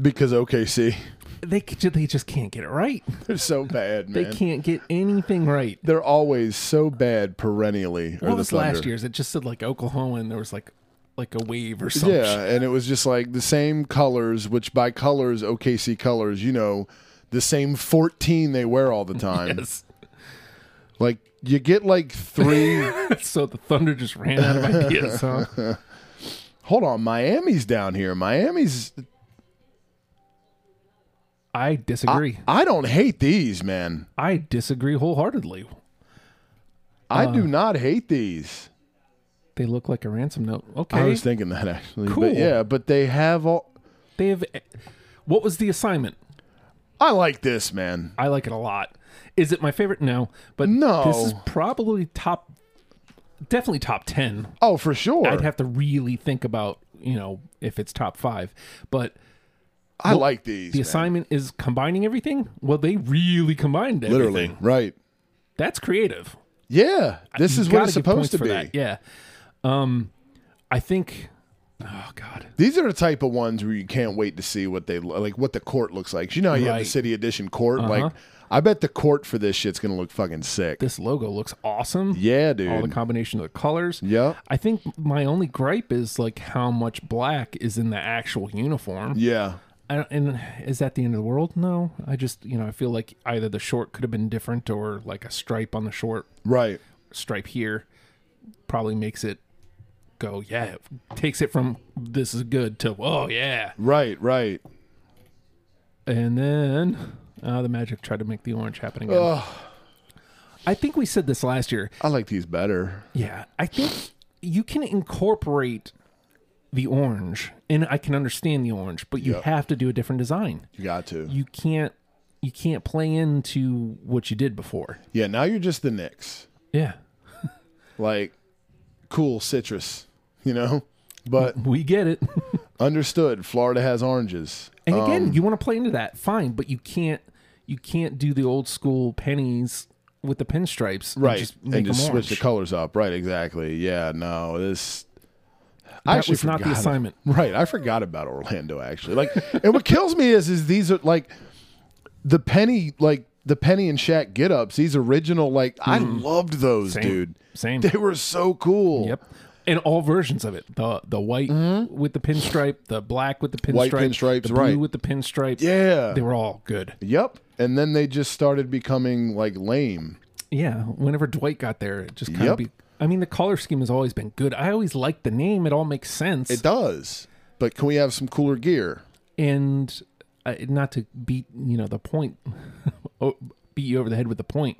Because OKC, They c- they just can't get it right. they're so bad, They man. can't get anything right. They're always so bad perennially. or What the was Thunder. last year's? It just said like Oklahoma, and there was like like a wave or something. Yeah, and it was just like the same colors, which by colors, OKC colors, you know, the same 14 they wear all the time. Yes. Like, you get like three. so the Thunder just ran out of ideas. Huh? Hold on, Miami's down here. Miami's. I disagree. I don't hate these, man. I, disagree wholeheartedly. I Uh. do not hate these. They look like a ransom note. Okay. I was thinking that actually. Cool. But yeah, but they have all. they have. eh, What was the assignment? I like this, man. I like it a lot. Is it my favorite? No, but No. this is probably top, definitely top ten. Oh, for sure. I'd have to really think about you know if it's top five, but I like these. the man. assignment is combining everything. Well, they really combined everything. Literally. Right. that's creative. Yeah. This You is what gotta it's give supposed points to for be. that, Yeah. Um, I think Oh God. These are the type of ones where you can't wait to see what they lo- like, what the court looks like. You know, how you have Right. Uh-huh. the city edition court. Like, I bet the court for this shit's gonna look fucking sick. This logo looks awesome. yeah, All the dude. combination of the colors. Yep. I think my only gripe is like how much black is in the actual uniform. yeah, I don't, and is that the end of the world? No. I just, you know, I feel like either the short could have been different or like a stripe on the short, right. stripe here probably makes it go, yeah, takes it from this is good to, oh, yeah. Right, right. And then uh, the Magic tried to make the orange happen again. I think we said this last year. I like these better. Yeah, I think you can incorporate the orange, and I can understand the orange, but you Yep. have to do a different design. You got to. You can't you can't play into what you did before. yeah, now you're just the Knicks. Yeah, Like, cool citrus, you know? But we get it. understood, Florida has oranges. and again, Um, you want to play into that, fine, but you can't you can't do the old school pennies with the pinstripes, and Right. just and make just them switch the orange. colors up. Right, exactly. Yeah, no, this. I That actually was not the forgot- assignment. Right, I forgot about Orlando actually. Like, and what kills me is, is these are like the penny, like the penny and Shaq get ups. These original, like I loved those, Mm-hmm. Same. dude. Same. They were so cool. Yep. And all versions of it. The the white with the pinstripe, the black with the pinstripe, Mm-hmm. White pinstripes, the blue right. with the pinstripe. Yeah. They were all good. Yep. And then they just started becoming like lame. Yeah. Whenever Dwight got there, it just kind Yep. of be I mean the color scheme has always been good. I always liked the name. It all makes sense. It does. But can we have some cooler gear? and uh, not to beat, you know, the point oh, beat you over the head with the point.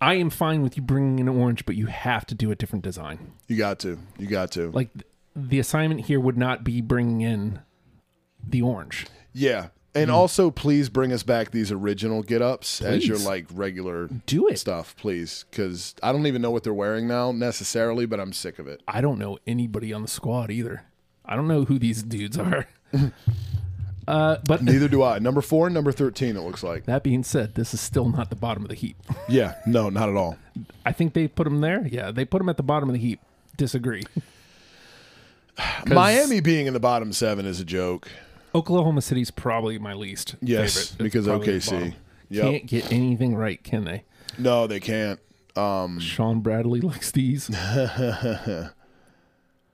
I am fine with you bringing in orange, but you have to do a different design. You got to. You got to. Like th- the assignment here would not be bringing in the orange. yeah. And also please bring us back these original get ups as your Please. like regular Do it. stuff, please. Cause I don't even know what they're wearing now necessarily, but I'm sick of it. I don't know anybody on the squad either. I don't know who these dudes are. uh, but Neither do I. Number four and number thirteen, it looks like. that being said, this is still not the bottom of the heap. Yeah, no, not at all. I think they put them there. Yeah, they put them at the bottom of the heap. Disagree. 'Cause Miami being in the bottom seven is a joke. Oklahoma City's probably my least. Yes, favorite. It's because probably the OKC. bottom. Yep. Can't get anything right, can they? No, they can't. Um Sean Bradley likes these.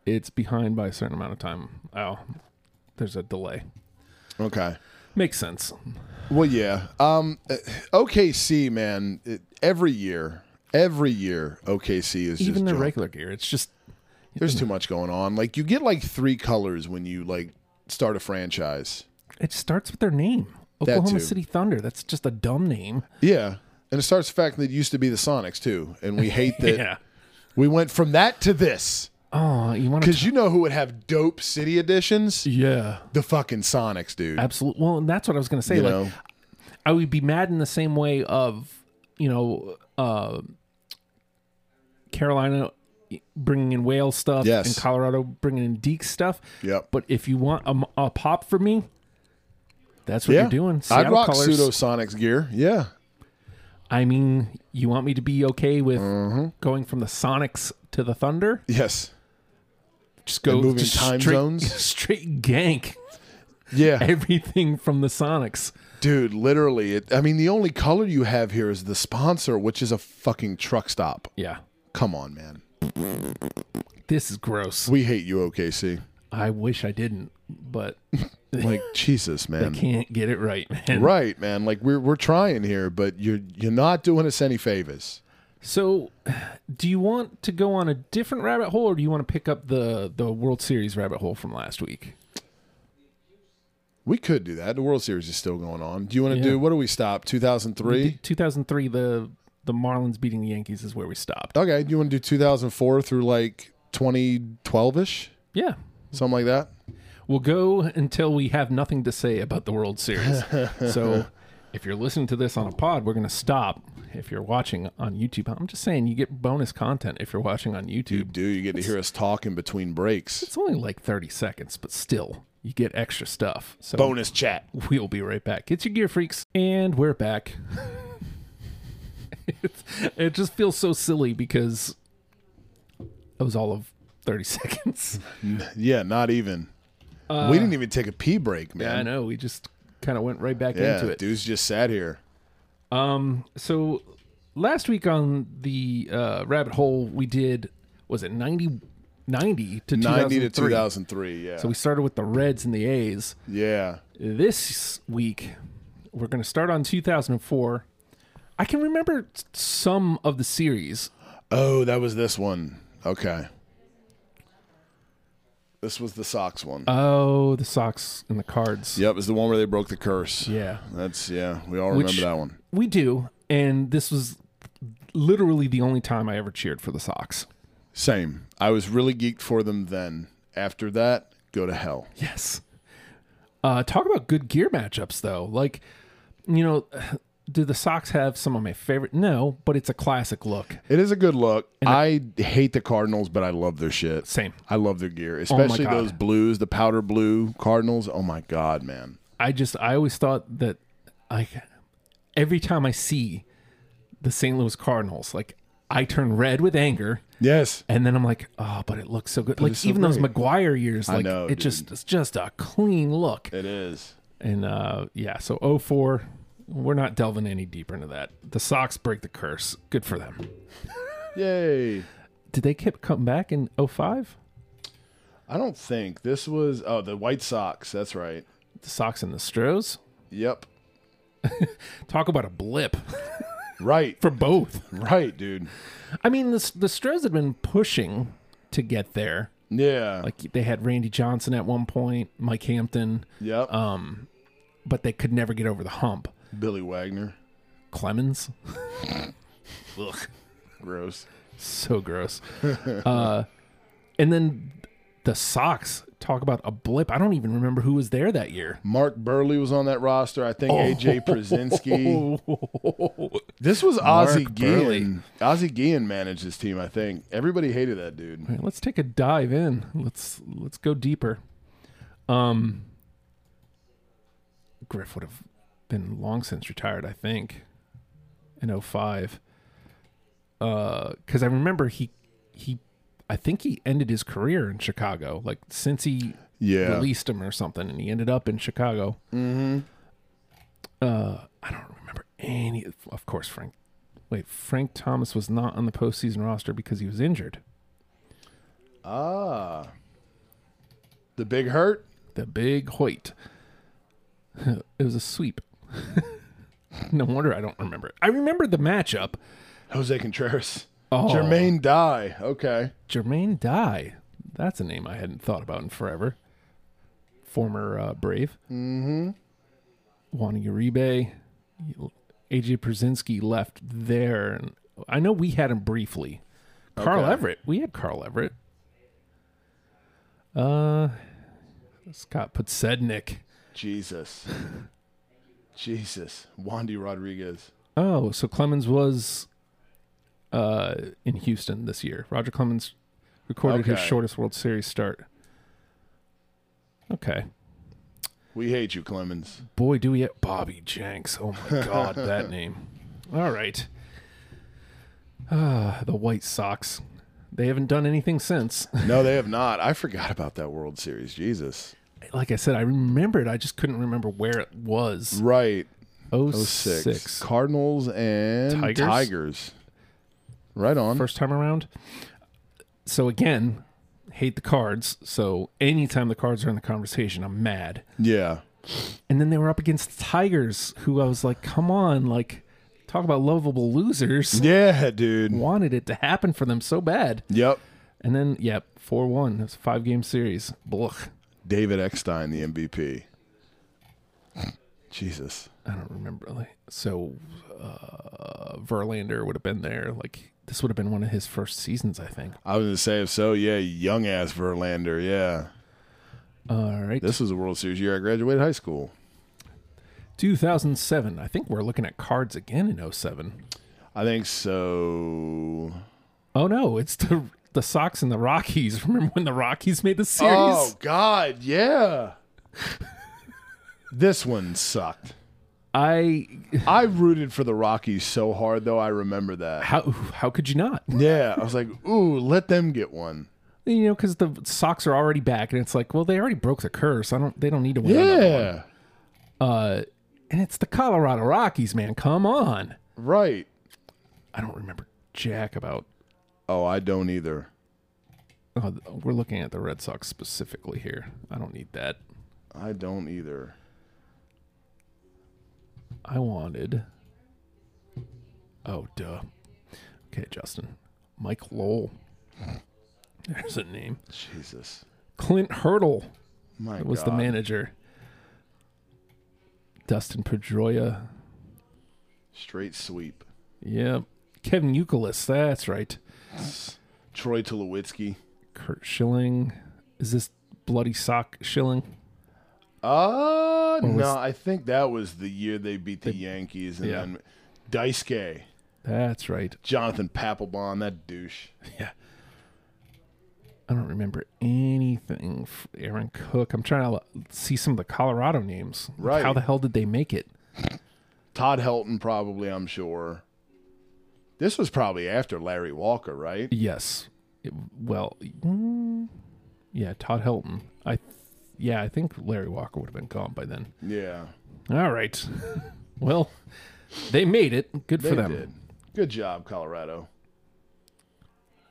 it's behind by a certain amount of time. Oh, there's a delay. okay. Makes sense. Well, yeah. Um, uh, OKC, man, it- every year, every year, OKC is Even just their junk. regular gear, it's just There's too much going on. Like you get like three colors when you like start a franchise. It starts with their name. That Oklahoma too. City Thunder. That's just a dumb name. Yeah, and it starts the fact that it used to be the Sonics too, and we hate that Yeah. we went from that to this Oh, you want to? because you know who would have dope city editions? Yeah. The fucking Sonics, dude. Absolutely. Well, and that's what I was going to say. You like, know? I would be mad in the same way of you know uh, Carolina bringing in whale stuff Yes. and Colorado bringing in Deke stuff. Yep. But if you want a, a pop for me, that's what yeah, you're doing. I'd Seattle rock colors. pseudo Sonics gear. Yeah, I mean, you want me to be okay with Mm-hmm. going from the Sonics to the Thunder? yes, Just go And moving just time straight- zones? straight gank. yeah. everything from the Sonics. Dude, literally, it, I mean, the only color you have here is the sponsor, which is a fucking truck stop. Yeah. Come on, man. This is gross. We hate you, OKC. I wish I didn't, but Like Jesus, man. can't get it right, man. Right, man. Like we're we're trying here, but you're you're not doing us any favors. So, do you want to go on a different rabbit hole or do you want to pick up the the World Series rabbit hole from last week? We could do that. The World Series is still going on. Do you want to Yeah. do what do we stop? Two thousand three. 2003 the the Marlins beating the Yankees is where we stopped. Okay. Do you want to do two thousand four through like twenty twelve ish, Yeah. something like that? We'll go until we have nothing to say about the World Series. so, if you're listening to this on a pod, we're going to stop. If you're watching on YouTube, I'm just saying you get bonus content if you're watching on YouTube. Do you get to hear us talking between breaks? It's only like 30 seconds, but still, you get extra stuff. So Bonus chat. we'll be right back. It's your Gear Freaks, and we're back. it, it just feels so silly because that was all of 30 seconds. Yeah, not even. Uh, we didn't even take a pee break, man. Yeah, I know. We just kind of went right back Yeah, into it. dude's just sat here. So last week on the uh, rabbit hole, we did was it 90, 90 to 90 2003. to 2003, yeah. So we started with the Reds and the A's. yeah. This week, we're going to start on 2004. I can remember s- some of the series. Oh, that was this one. Okay. This was the Sox one. Oh, the Sox and the Cards. yep, it's the one where they broke the curse. Yeah. That's yeah, we all Which- remember that one. We do. And this was literally the only time I ever cheered for the Sox. Same. I was really geeked for them then. After that, go to hell. Yes. Uh, talk about good gear matchups, though. Like, you know, do the Sox have some of my favorite? No, but it's a classic look. It is a good look. I hate the Cardinals, but I love their shit. Same. I love their gear, especially God. those blues, the powder blue Cardinals. Oh my god, man. I just, I always thought that, like, every time I see the St. Louis Cardinals, like, I turn red with anger, Yes. and then I'm like, oh, but it looks so good. like, it's so even those great. McGuire years, like, know, it dude. just, it's just a clean look. It is. And uh, yeah, so 04, we're not delving any deeper into that. The Sox break the curse. Good for them. Yay. Did they keep coming back in 05? I don't think this was oh, the White Sox, that's right. The Sox and the Stros? Yep. Talk about a blip Right. for both. Right, dude. I mean, the, the Stros had been pushing to get there. Yeah. Like they had Randy Johnson at one point, Mike Hampton, yep. but they could never get over the hump. Billy Wagner. Clemens? Gross. so gross. uh, and then the Sox talk about a blip. I don't even remember who was there that year. Mark Burley was on that roster. I think AJ Przinsky. This was Ozzie Burley. Guillen. Ozzie Guillen managed this team, I think. Everybody hated that dude. All right, let's take a dive in. Let's let's go deeper. Um, Griff would have been long since retired, I think, in 05. Because I remember he he, I think he ended his career in Chicago. Like since he Yeah. released him or something, and he ended up in Chicago. Mm-hmm. Uh, I don't remember any. Of course, Frank. Wait, Frank Thomas was not on the postseason roster because he was injured. Ah. The Big Hurt? The big Hoyt. it was a sweep. no wonder I don't remember it. I remember the matchup. Jose Contreras. Oh. Jermaine Dye. Okay. Jermaine Dye. That's a name I hadn't thought about in forever. Former uh, Brave. Mm-hmm. Juan Uribe. AJ Przinski left there. And I know we had him briefly. Carl Okay. Everett. We had Carl Everett. Uh, Scott put Sednick. Jesus. Jesus. Wandy Rodriguez. Oh, so Clemens was uh, in Houston this year. Roger Clemens recorded his Okay. shortest World Series start. Okay. We hate you, Clemens. Boy, do we have Bobby Jenks. Oh my God, that name. All right. Ah, the White Sox. They haven't done anything since. No, they have not. I forgot about that World Series. Jesus. Like I said, I remembered. I just couldn't remember where it was. Right. Oh Six. six. Cardinals and Tigers? Tigers. Right on. first time around. So again, hate the cards. So anytime the cards are in the conversation, I'm mad. Yeah. And then they were up against the Tigers, who I was like, come on, like talk about lovable losers. Yeah, dude. Wanted it to happen for them so bad. Yep. And then, yep, four one. That's a five game series. Blech. David Eckstein, the MVP. Jesus. I don't remember. Like, so uh, Verlander would have been there. Like this would have been one of his first seasons, I think. I was gonna say if so, yeah, young ass Verlander, yeah. All right. This was a World Series year I graduated high school. 2007. I think we're looking at cards again in 07. I think so. Oh no, it's the the Sox and the Rockies. Remember when the Rockies made the series? Oh God, yeah. this one sucked. I I rooted for the Rockies so hard though, I remember that. how how could you not? Yeah. I was like, ooh, let them get one. You know, because the socks are already back, and it's like, well, they already broke the curse. I don't. They don't need to wear. another one. Yeah. Uh, and it's the Colorado Rockies, man. Come on. Right. I don't remember jack about. Oh, I don't either. Oh, th- we're looking at the Red Sox specifically here. I don't need that. I don't either. I wanted. Oh, duh. Okay, Justin. Mike Lowell. There's a name. Jesus. Clint Hurdle My was the God. manager. Dustin Pedroia. Straight sweep. Yep. Kevin Euclid. That's right. Troy Tulowitzki. Kurt Schilling. Is this bloody sock Schilling? Uh was- no, I think that was the year they beat the Yankees and yeah. then Daisuke, That's right. Jonathan Papelbon, that douche. Yeah. I don't remember anything. f- Aaron Cook. I'm trying to l- see some of the Colorado names. Like, Right. How the hell did they make it? Todd Helton probably, I'm sure. This was probably after Larry Walker, right? Yes. It- well, mm, yeah, Todd Helton. I, th- yeah, I think Larry Walker would have been gone by then. Yeah. All right. well, they made it. Good They for them. did. Good job, Colorado.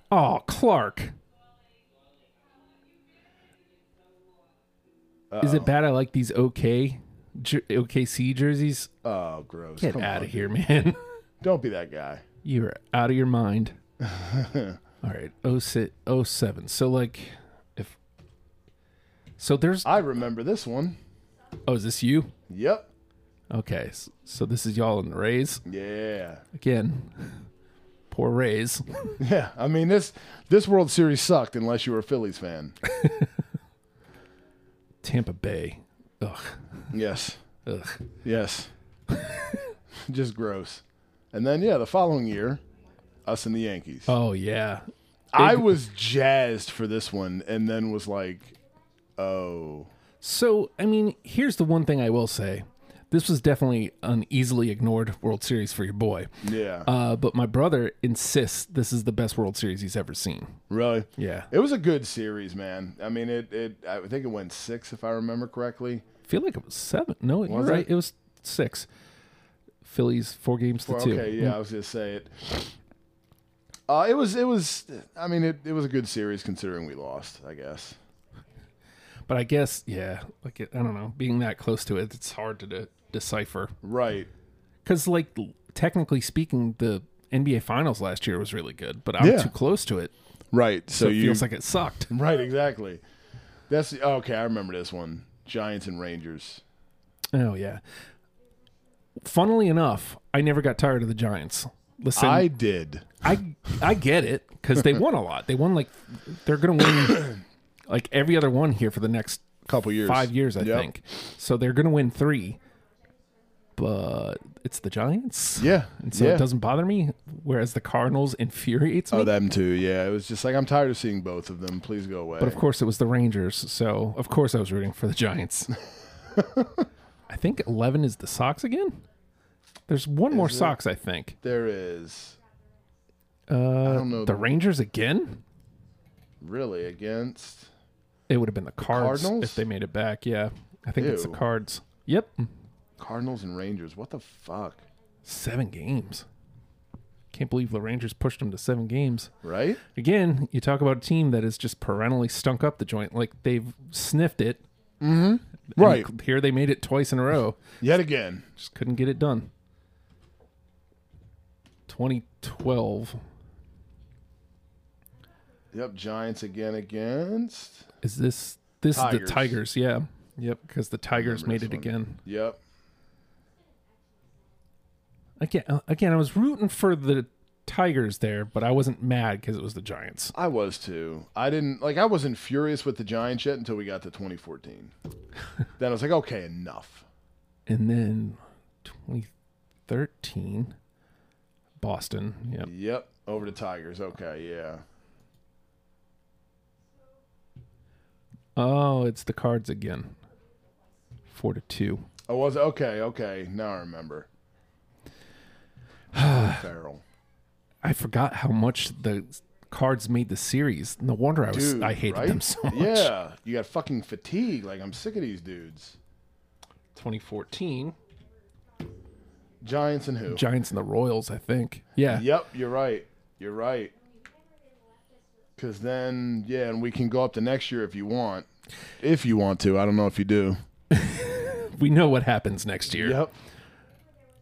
Oh, Clark. Is it bad? I like these OK, jer- OKC jerseys. Oh, gross. Get Come out on. of here, man. Don't be that guy. You're out of your mind. All right, 06 07. So like, if so, there's. I remember this one. Oh, is this you? Yep. Okay, s- so this is y'all in the Rays Yeah. again. Poor Rays. Yeah. I mean this this World Series sucked unless you were a Phillies fan. Tampa Bay. Ugh. yes. Ugh. Yes. Just gross. And then yeah, the following year, us and the Yankees. Oh yeah. I was jazzed for this one and then was like, "Oh, So I mean, here's the one thing I will say. This was definitely an easily ignored World Series for your boy. yeah. Uh, but my brother insists this is the best World Series he's ever seen. really?" Yeah. It was a good series, man. I mean, it, it I think it went six, if I remember correctly. feel like it was seven. No, you're it? right. It? was six. Phillies four games to Well, two. okay, yeah, I was gonna say it. Uh, it was, it was. I mean, it, it was a good series considering we lost. I guess. But I guess yeah, like it, I don't know, being that close to it, it's hard to de- decipher. Right. Because like l- technically speaking, the NBA Finals last year was really good, but I'm Yeah. too close to it. Right. So, So it you. feels like it sucked. right. Exactly. That's okay. I remember this one. Giants and Rangers. Oh yeah. Funnily enough, I never got tired of the Giants. Listen, I I did. I, get it because they won a lot. They won like they're gonna win like every other one here for the next Couple years. five years, I Yep. think. So they're going to win three, but it's the Giants. Yeah. And so yeah. it doesn't bother me, whereas the Cardinals infuriates me. Oh, them too. Yeah. It was just like I'm tired of seeing both of them. Please go away. but of course, it was the Rangers. So of course, I was rooting for the Giants. I think 11 is the Sox again. There's one more Sox, I think. there is Uh, don't know. The Rangers again? really against. It would have been the Cards Cardinals? if they made it back. Yeah. I think it's the Ew. Cards. Yep. Cardinals and Rangers. What the fuck? Seven games. Can't believe the Rangers pushed them to seven games. Right? again, you talk about a team that is just perennially stunk up the joint. Like they've sniffed it. And Mm-hmm. Right. here, they made it twice in a row. Yet again. Just couldn't get it done. 2012. Yep, Giants again against. Is this this is Tigers. the Tigers? Yeah. Yep. Because the Tigers made remember it this again. Yep. Again, uh, again, I was rooting for the Tigers there, but I wasn't mad because it was the Giants. I was too. I didn't like I wasn't furious with the Giants yet until we got to 2014. then I was like, okay, enough. And then 2013, Boston. Yep. Yep, over to Tigers. Okay, yeah. Oh, it's the cards again. Four to two. I Oh, was okay, okay. Now I remember. Farrell. I forgot how much the cards made the series. No wonder I was Dude, I hated right? them so much. Yeah, you got fucking fatigue. Like I'm sick of these dudes. 2014 Giants and who? Giants and the Royals, I think. Yeah. Yep, you're right. You're right. Because then, yeah, and we can go up to next year if you want. If you want to, I don't know if you do. We know what happens next year. Yep.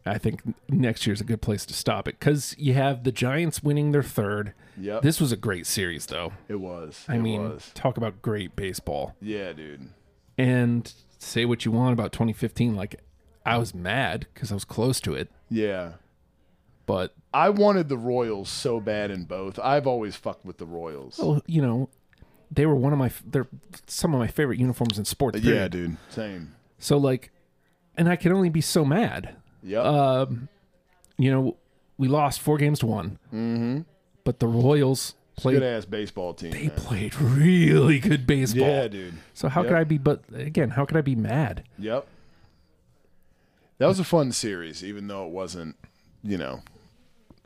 I think next year's a good place to stop it cuz you have the Giants winning their third. Yep. This was a great series though. it was. I it mean, was. talk about great baseball. Yeah, dude. And say what you want about 2015 like I was mad cuz I was close to it, Yeah. but I wanted the Royals so bad in both. I've always fucked with the Royals. well, you know, they were one of my they're some of my favorite uniforms in sports. yeah, period. dude. Same. So like and I can only be so mad. Yep. Uh, You know, we lost 4 games to 1. Mhm. But the Royals Mm-hmm. Good played ass baseball team. they man. played really good baseball. Yeah, dude. So how Yep. could I be? But again, how could I be mad? Yep. That was a fun series, even though it wasn't, you know,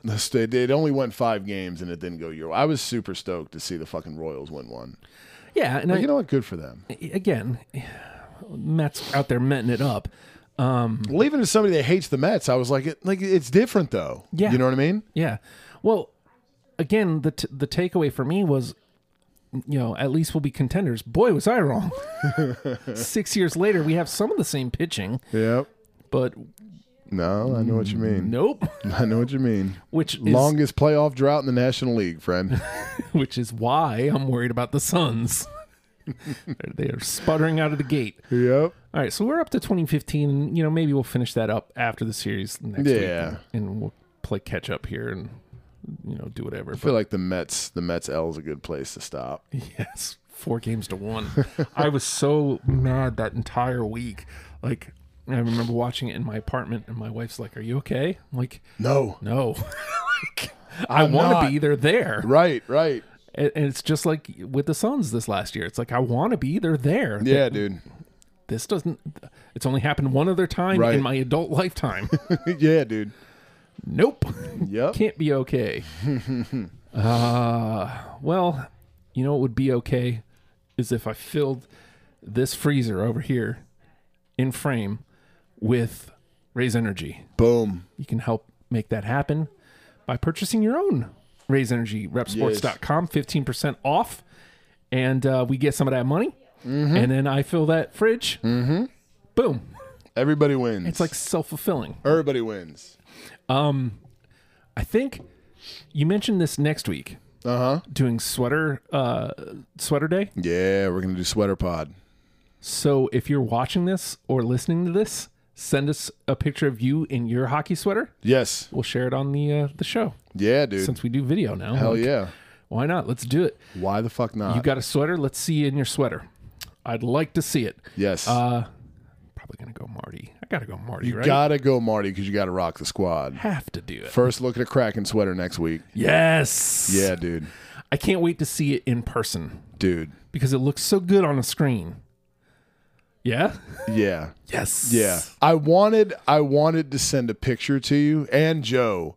the st- it only went five games and it didn't go your way. I was super stoked to see the fucking Royals win one. Yeah, and But I, you know what? Good for them. again, Matt's out there metting it up. Well, even as somebody that hates the Mets, I was like, it, like it's different though. Yeah. You know what I mean? Yeah. Well, again, the t- the takeaway for me was, you know, at least we'll be contenders. Boy, was I wrong. Six years later, we have some of the same pitching, Yep. but No, I know what you mean. nope. I know what you mean. Which is Longest playoff drought in the National League, friend. which is why I'm worried about the Suns. They're- they are sputtering out of the gate. yep. All right, so we're up to 2015. You know, maybe we'll finish that up after the series next week, Yeah. and, and we'll play catch up here and you know do whatever. I feel like the Mets, the Mets L is a good place to stop. But yes, four games to one. I was so mad that entire week. Like, I remember watching it in my apartment, and my wife's like, "Are you okay?" I'm like, No. "No." like, I want to not. be either there, Right, right. and, and it's just like with the Suns this last year. It's like I want to be either there. Yeah, dude. This doesn't. It's only happened one other time Right. in my adult lifetime. yeah, dude. nope. Yep. can't be okay. uh, well, you know what would be okay is if I filled this freezer over here in frame with Raise Energy. Boom. You can help make that happen by purchasing your own Raise Energy, repsports.com, 15% off. And uh, we get some of that money. And then I fill that fridge. Mm-hmm. Boom. Everybody wins. It's like self fulfilling. everybody wins. I think you mentioned this next week. Uh huh. doing sweater uh sweater day. Yeah, we're gonna do sweater pod. So if you're watching this or listening to this, send us a picture of you in your hockey sweater. Yes. We'll share it on the uh, the show Yeah, dude. since we do video now. Hell like, yeah. Why not? Let's do it. Why the fuck not? You got a sweater? Let's see you in your sweater. I'd like to see it. yes. uh, Probably gonna go Marty. I gotta go Marty. you right? gotta go, Marty, because you gotta rock the squad. have to do it. First look at a Kraken sweater next week. Yes. Yeah, dude. I can't wait to see it in person Dude. because it looks so good on a screen. Yeah. Yeah. Yes. Yeah. I wanted I wanted to send a picture to you and Joe.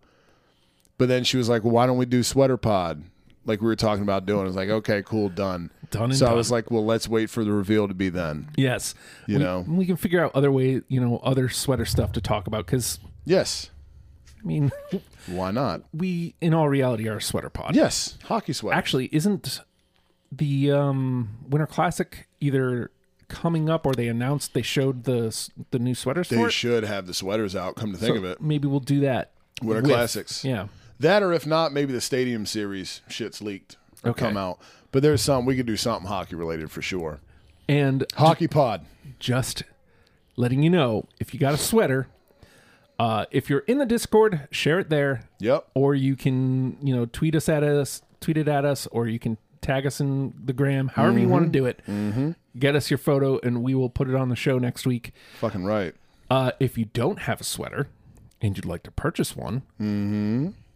But then she was like, well, why don't we do sweater pod? Like we were talking about doing. I was like, okay, cool, done. Done and so I done. was like, well, let's wait for the reveal to be then. Yes. You We- know? we can figure out other way, you know, other sweater stuff to talk about because Yes. I mean, Why not? we in all reality are a sweater pod. Yes. Hockey sweater. Actually, isn't the um, Winter Classic either coming up or they announced they showed the s- the new sweaters They for it? should have the sweaters out. Come to think of it, Maybe we'll do that. Winter with- Classics. Yeah. That or if not, maybe the Stadium Series shit's leaked or Okay. come out. But there's some we could do something hockey related for sure. And Hockey pod. just letting you know if you got a sweater, uh, if you're in the Discord, share it there. Yep. or you can you know tweet us at us tweet it at us or you can tag us in the gram however you want to do it get us your photo and we will put it on the show next week Fucking right. uh, if you don't have a sweater and you'd like to purchase one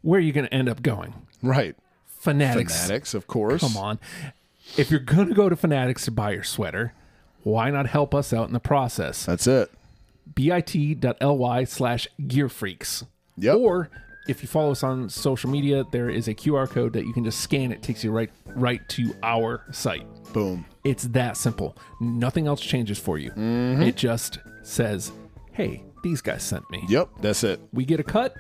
where are you going to end up going Right. fanatics Fanatics, of course. come on if you're going to go to fanatics to buy your sweater why not help us out in the process That's it. bit.ly slash gear freaks Yep. or if you follow us on social media, there is a QR code that you can just scan. It takes you right right to our site. Boom. It's that simple. Nothing else changes for you. Mm-hmm. It just says, "Hey, these guys sent me." Yep. That's it. We get a cut.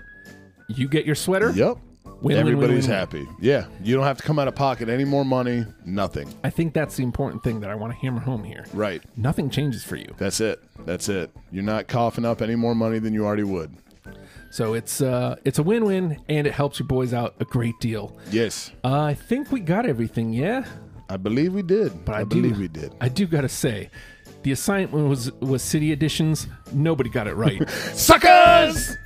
You get your sweater. Yep. win, Everybody's win. happy. Yeah. You don't have to come out of pocket any more money. Nothing. I think that's the important thing that I want to hammer home here. Right. Nothing changes for you. That's it. That's it. You're not coughing up any more money than you already would. So it's uh it's a win-win and it helps your boys out a great deal. Yes. Uh, I think we got everything, yeah? I believe we did. But I, I, do- believe we did. I do gotta say, the assignment was was city editions. Nobody got it right. Suckers!